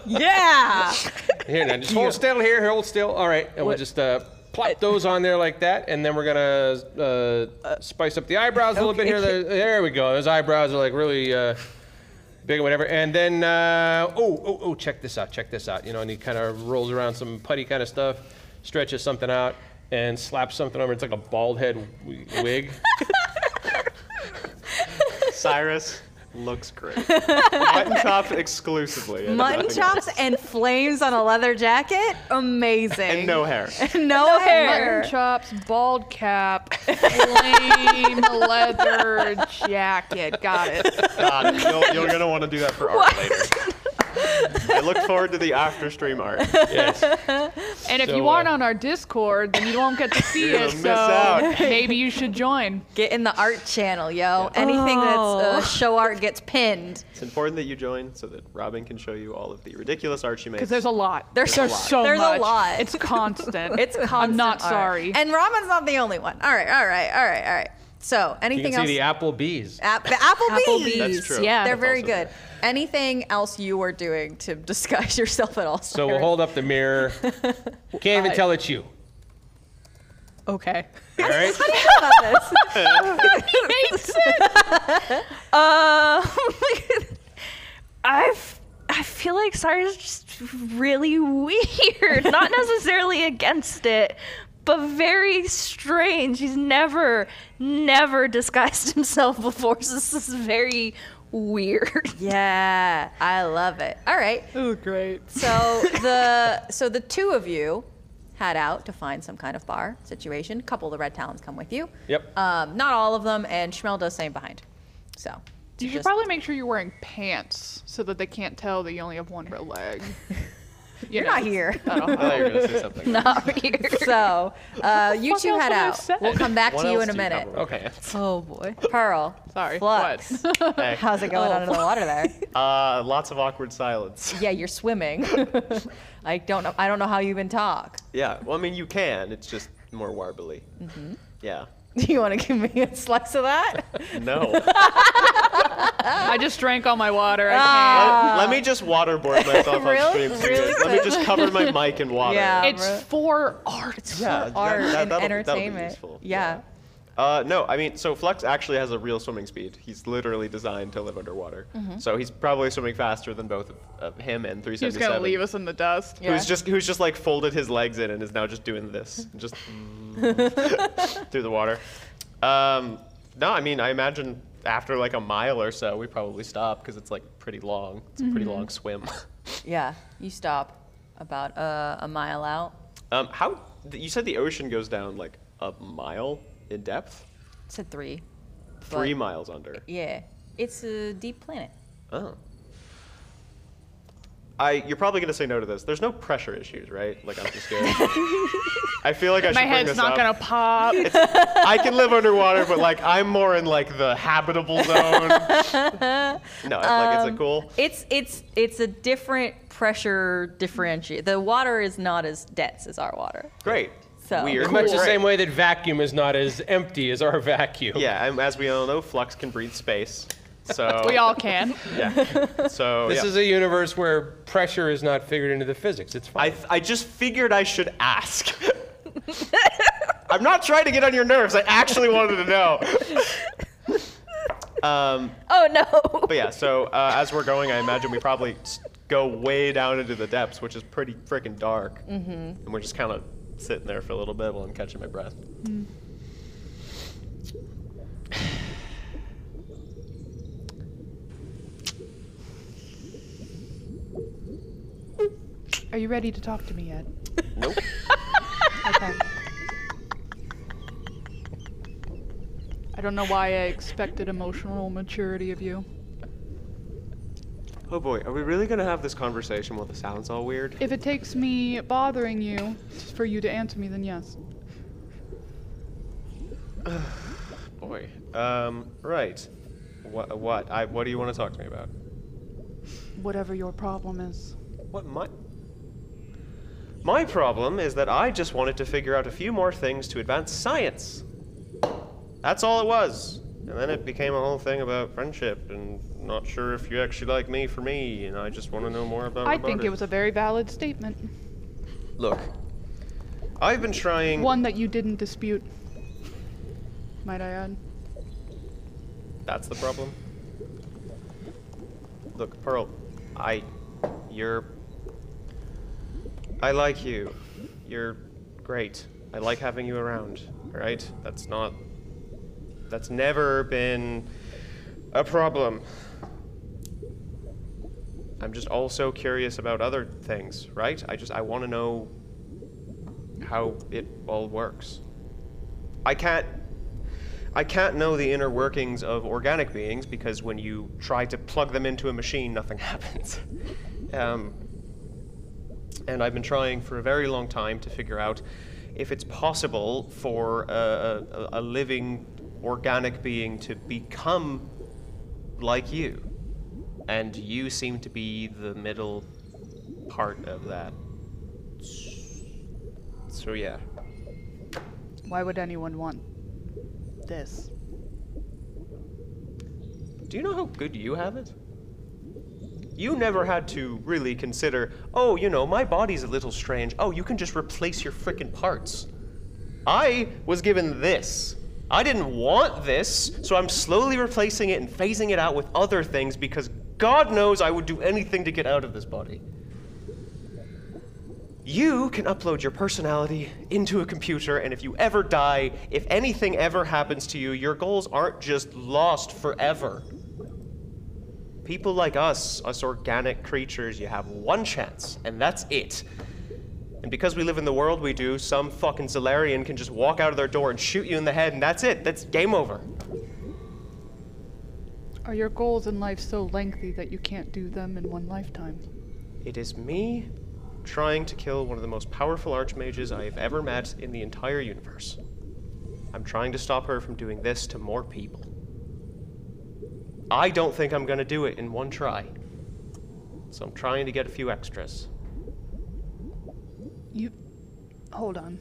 Yeah! Here now, just hold still here. Hold still. All right, and we'll just uh, plop those on there like that, and then we're gonna uh, spice up the eyebrows a little bit here. There, there we go. Those eyebrows are like really uh, big and whatever. And then uh, oh oh oh, check this out. Check this out. You know, and he kind of rolls around some putty kind of stuff, stretches something out, and slaps something over. It's like a bald head w- wig. Cyrus looks great. Mutton chops exclusively. and Mutton nothing chops else. and flames on a leather jacket? Amazing. and no hair. no hair. Mutton chops, bald cap, plain leather jacket. Got it. God, Uh, you'll, you're gonna want to do that for art later. I look forward to the after stream art. yes. And if So, you aren't uh, on our Discord, then you won't get to see You're it. gonna miss So out. maybe you should join. Get in the art channel, yo. Anything that's uh, show art gets pinned. It's important that you join so that Robin can show you all all of the ridiculous art she makes. Because there's a lot. There's a lot. so There's a much. lot. It's constant. It's constant. I'm not art. sorry. And Ramen's not the only one. All right, all right, all right, all right. So You anything can see the else? Applebee's. App- the Applebee's. Applebee's. That's true. Yeah. They're That's very also good. Anything else you are doing to disguise yourself at all? So we'll hold up the mirror. Can't even tell it's you. Okay. All right. Uh, I've I feel like Cyrus is just really weird. Not necessarily against it, but very strange. He's never, never disguised himself before, so this is very weird. Yeah, I love it. All right. Oh, great. So the so the two of you head out to find some kind of bar situation. A couple of the red talons come with you. Yep. Um, not all of them, and Schmel does same behind. So You should just- probably make sure you're wearing pants so that they can't tell that you only have one real leg. You you're not here. I thought you were gonna say something. so uh, you fuck two else head would I have out. said? We'll come back What to you else in a do you minute. cover? Okay. Oh boy. Pearl. Sorry. Flux. What? Hey, How's it Oh. going under the water there? Uh, lots of awkward silence. yeah, you're swimming. I don't know. I don't know how you even talk. Yeah. Well, I mean, you can. It's just more warbly. Mm-hmm. Yeah. Do you want to give me a slice of that? No. I just drank all my water. I Ah, let, let me just waterboard myself on Uh, Really? stream. for you Really guys. Let me just cover my mic in water. Yeah. can't. It's for art. Yeah, that- Art that- and that'll- that'll be entertainment. useful. yeah. Uh, no, I mean, so Flux actually has a real swimming speed. He's literally designed to live underwater. Mm-hmm. So he's probably swimming faster than both of, of him and 377. He's gonna leave us in the dust. Yeah. Who's just who's just like folded his legs in and is now just doing this, just through the water. Um, no, I mean, I imagine after like a mile or so, we probably stop because it's like pretty long. It's a Mm-hmm. pretty long swim. Yeah. You stop about uh, a mile out. um, how th- you said the ocean goes down like a mile in depth, Said three. three But- miles under. Yeah. It's a deep planet. Oh. I you're probably gonna say no to this. There's no pressure issues, right? Like I'm just scared. I feel like I should My bring head's this not up. gonna pop. I can live underwater, but like I'm more in like the habitable zone. no, like Um, it's a cool. It's it's it's a different pressure differentiate. The water is not as dense as our water. Great. So- Weird. In much the Great. same way that vacuum is not as empty as our vacuum. Yeah, and as we all know, flux can breathe space. So We all can. yeah. So This yeah. is a universe where pressure is not figured into the physics. It's I fine. I just figured I should ask. I'm not trying to get on your nerves. I actually wanted to know. um, Oh no. But yeah, so uh, as we're going, I imagine we probably s- go way down into the depths, which is pretty freaking dark. Mm-hmm. And we're just kind of sitting there for a little bit while I'm catching my breath. Are you ready to talk to me yet? Nope. Okay. I don't know why I expected emotional maturity of you. oh boy, are we really gonna have this conversation while the sound's all weird? If it takes me bothering you for you to answer me, then yes. Boy. Um. Right. What? What? I. What do you want to talk to me about? Whatever your problem is. What my. My problem is that I just wanted to figure out a few more things to advance science. That's all it was. And then it became a whole thing about friendship and not sure if you actually like me for me, and I just want to know more about I about think it was a very valid statement. Look. I've been trying. One that you didn't dispute, might I add. That's the problem. Look, Pearl, I, you're, I like you. You're great. I like having you around. All right, that's not, that's never been a problem. I'm just also curious about other things, right? I just I want to know how it all works. I can't I can't know the inner workings of organic beings because when you try to plug them into a machine, nothing happens. um, and I've been trying for a very long time to figure out if it's possible for a, a, a living organic being to become like you. And you seem to be the middle part of that. So, yeah. Why would anyone want this? Do you know how good you have it? You never had to really consider, oh, you know, my body's a little strange. Oh, you can just replace your frickin' parts. I was given this. I didn't want this, so I'm slowly replacing it and phasing it out with other things because God knows I would do anything to get out of this body. You can upload your personality into a computer, and if you ever die, if anything ever happens to you, your goals aren't just lost forever. People like us, us organic creatures, you have one chance, and that's it. And because we live in the world we do, some fucking Zalarian can just walk out of their door and shoot you in the head, and that's it. That's game over. Are your goals in life so lengthy that you can't do them in one lifetime? It is me trying to kill one of the most powerful archmages I have ever met in the entire universe. I'm trying to stop her from doing this to more people. I don't think I'm gonna do it in one try. So I'm trying to get a few extras. You. Hold on.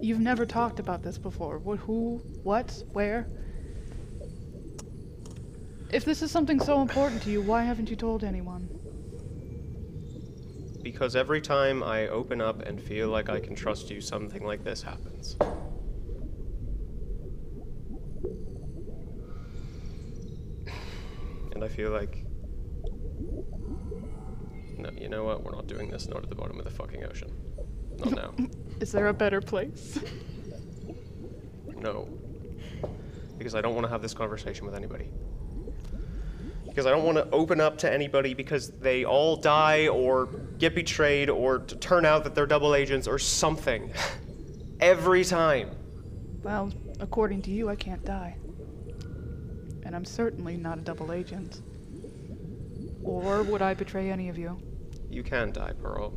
You've never talked about this before. What, who, what, where? If this is something so important to you, why haven't you told anyone? Because every time I open up and feel like I can trust you, something like this happens. And I feel like. No, you know what? We're not doing this, not at the bottom of the fucking ocean. Not now. Is there a better place? No. Because I don't want to have this conversation with anybody. Because I don't want to open up to anybody because they all die or get betrayed or t- turn out that they're double agents or something. Every time. Well, according to you, I can't die. And I'm certainly not a double agent. Or would I betray any of you? You can die, Pearl.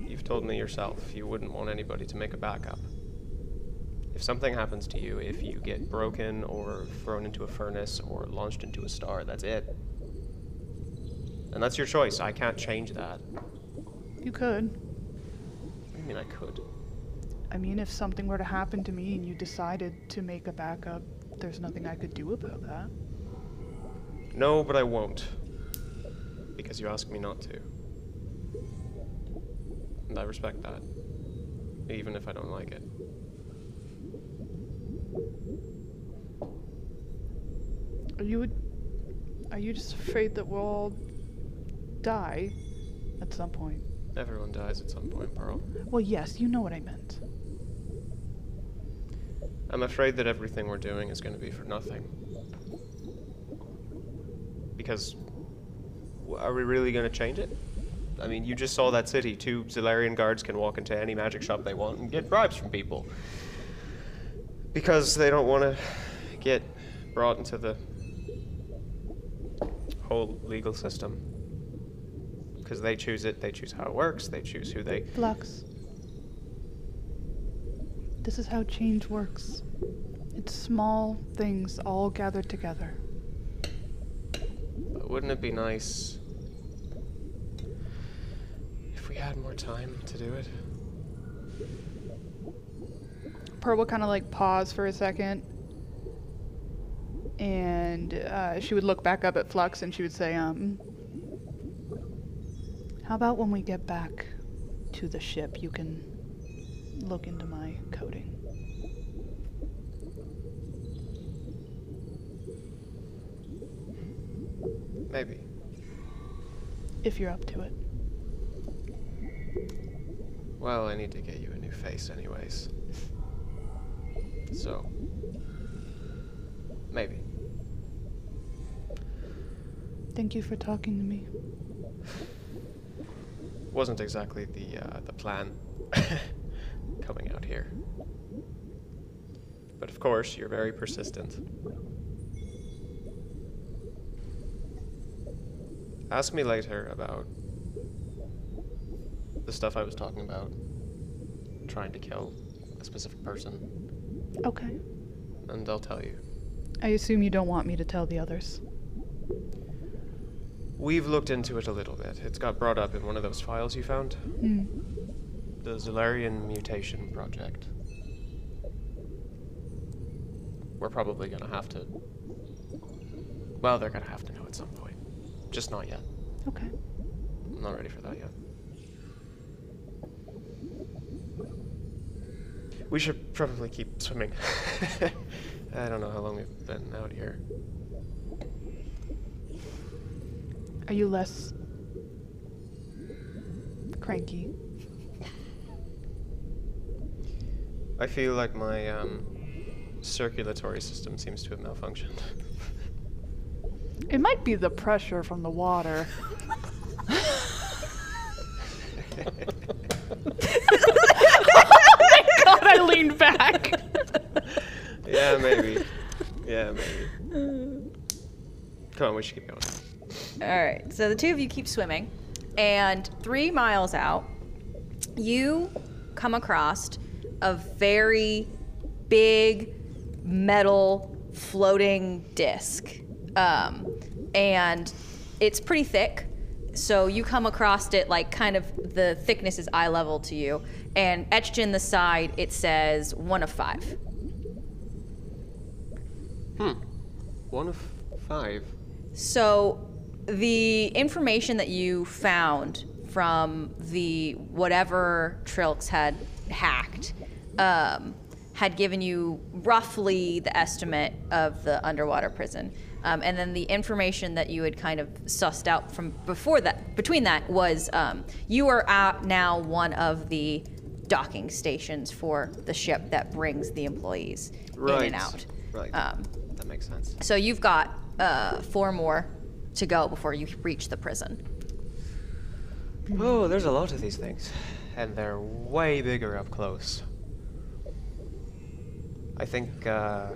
You've told me yourself you wouldn't want anybody to make a backup. If something happens to you, if you get broken or thrown into a furnace or launched into a star, that's it. And that's your choice. I can't change that. You could. I mean, I could. I mean, if something were to happen to me and you decided to make a backup, there's nothing I could do about that. No, but I won't. Because you asked me not to. And I respect that. Even if I don't like it. Are you, are you just afraid that we'll all die at some point? Everyone dies at some point, Pearl. Well, yes, you know what I meant. I'm afraid that everything we're doing is going to be for nothing. Because w- are we really going to change it? I mean, you just saw that city. Two Zolarian guards can walk into any magic shop they want and get bribes from people. Because they don't want to get brought into the whole legal system. Because they choose it, they choose how it works, they choose who they. Flux. This is how change works. It's small things all gathered together. But wouldn't it be nice if we had more time to do it? Pearl would kind of like pause for a second, and uh, she would look back up at Flux and she would say, "Um, how about when we get back to the ship, you can look into my coding." Maybe. if you're up to it. Well, I need to get you a new face, anyways. So. Maybe. Thank you for talking to me. Wasn't exactly the, uh, the plan coming out here. But of course, you're very persistent. Ask me later about the stuff I was talking about trying to kill a specific person, Okay. and I'll tell you. I assume you don't want me to tell the others. We've looked into it a little bit. It's got brought up in one of those files you found. Hmm. The Zolarian Mutation Project. We're probably gonna have to. Well, they're gonna have to know at some point. Just not yet. Okay. I'm not ready for that yet. We should probably keep swimming. I don't know how long we've been out here. Are you less cranky? I feel like my um, circulatory system seems to have malfunctioned. It might be the pressure from the water. God, I leaned back. yeah, maybe. Yeah, maybe. Come on, we should keep going. All right. So the two of you keep swimming, and three miles out, you come across a very big metal floating disc, um, and it's pretty thick. So you come across it like kind of the thickness is eye level to you, and etched in the side it says one of five. One of five. So, the information that you found from the whatever Trilks had hacked um, had given you roughly the estimate of the underwater prison. Um, and then the information that you had kind of sussed out from before that, between that, was um, you are out now one of the docking stations for the ship that brings the employees in and out. Um, Right. that makes sense. So you've got uh, four more to go before you reach the prison. Oh, there's a lot of these things. And they're way bigger up close. I think, uh, uh,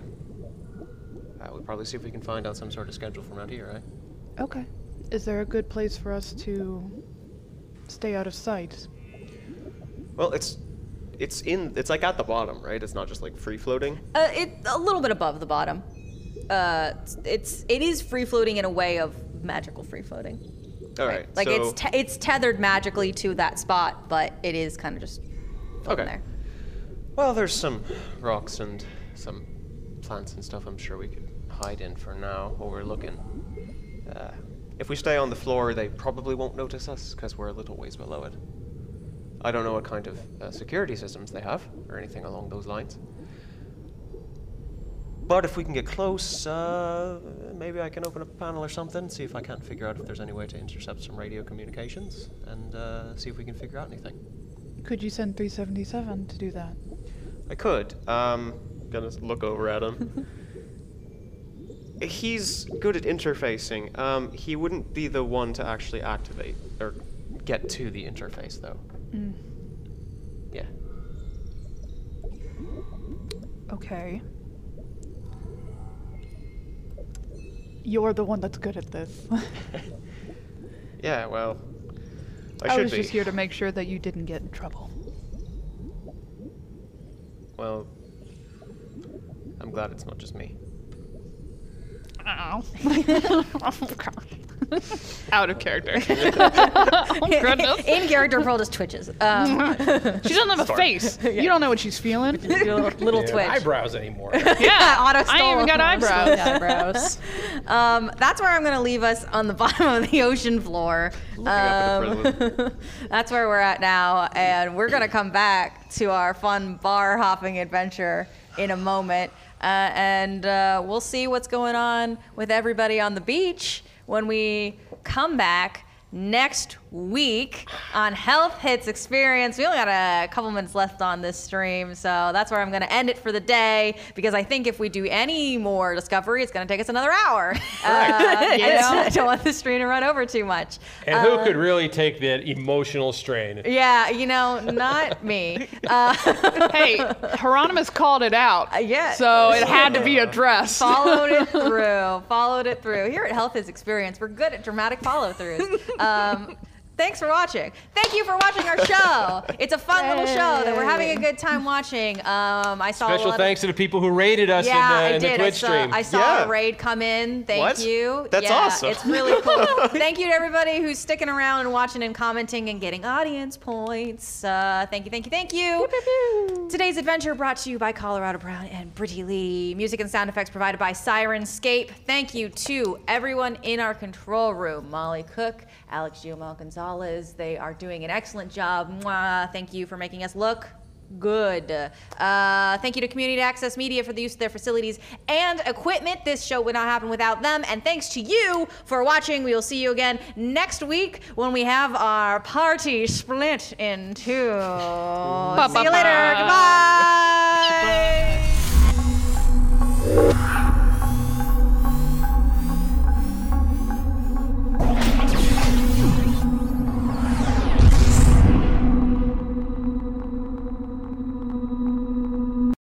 we'll probably see if we can find out some sort of schedule from out here, right? Okay. Is there a good place for us to stay out of sight? Well, it's it's in it's like at the bottom, right? It's not just like free floating. Uh, it a little bit above the bottom. Uh, it's it is free floating in a way of magical free floating. All right. Like so, it's te- it's tethered magically to that spot, but it is kind of just floating Okay. there. well, there's some rocks and some plants and stuff. I'm sure we could hide in for now while we're looking. Uh, if we stay on the floor, they probably won't notice us because we're a little ways below it. I don't know what kind of uh, security systems they have or anything along those lines. But if we can get close, uh, maybe I can open up a panel or something, see if I can't figure out if there's any way to intercept some radio communications, and uh, see if we can figure out anything. Could you send 377 to do that? I could. Um, gonna s- look over at him. He's good at interfacing. Um, he wouldn't be the one to actually activate or get to the interface, though. Mm. Yeah. Okay. You're the one that's good at this. Yeah. Well, I, I, should was be. just here to make sure that you didn't get in trouble. Well, I'm glad it's not just me. Ow. Oh. Out of character. goodness. In character, Pearl just twitches. Um, She doesn't have a face. You don't know what she's feeling. little little Yeah, twitch. Eyebrows anymore. Yeah, Auto I ain't even got eyebrows. Eyebrows. Um, that's where I'm going to leave us on the bottom of the ocean floor. up at the Um, that's where we're at now, and we're going to come back to our fun bar hopping adventure in a moment, uh, and uh, we'll see what's going on with everybody on the beach when we come back next week on Health Hits Experience. We only got a couple minutes left on this stream, so that's where I'm going to end it for the day because I think if we do any more discovery, it's going to take us another hour. Uh, I, don't, I don't want this stream to run over too much. And who could really take that emotional strain? Uh, Yeah, you know, not me. Uh, Hey, Hieronymus called it out. yeah. So it had to be addressed. followed it through. Followed it through. Here at Health is Experience, we're good at dramatic follow throughs. Um, thanks for watching. Thank you for watching our show. It's a fun little show that we're having a good time watching. Um, I saw a Special lot thanks Of- to the people who rated us yeah, in the, I in the did. Twitch I saw, stream. I saw Yeah. a raid come in. Thank What? you. That's Yeah, awesome. It's really cool. thank you to everybody who's sticking around and watching and commenting and getting audience points. Uh, thank you, thank you, thank you. Today's adventure brought to you by Colorado Brown and Brittany Lee. Music and sound effects provided by Sirenscape. Thank you to everyone in our control room Molly Cook, Alex Giomal Gonzalez. They are doing an excellent job. Mwah. Thank you for making us look good. Uh, thank you to Community Access Media for the use of their facilities and equipment. This show would not happen without them. And thanks to you for watching. We will see you again next week when we have our party split in two. see you later. Goodbye.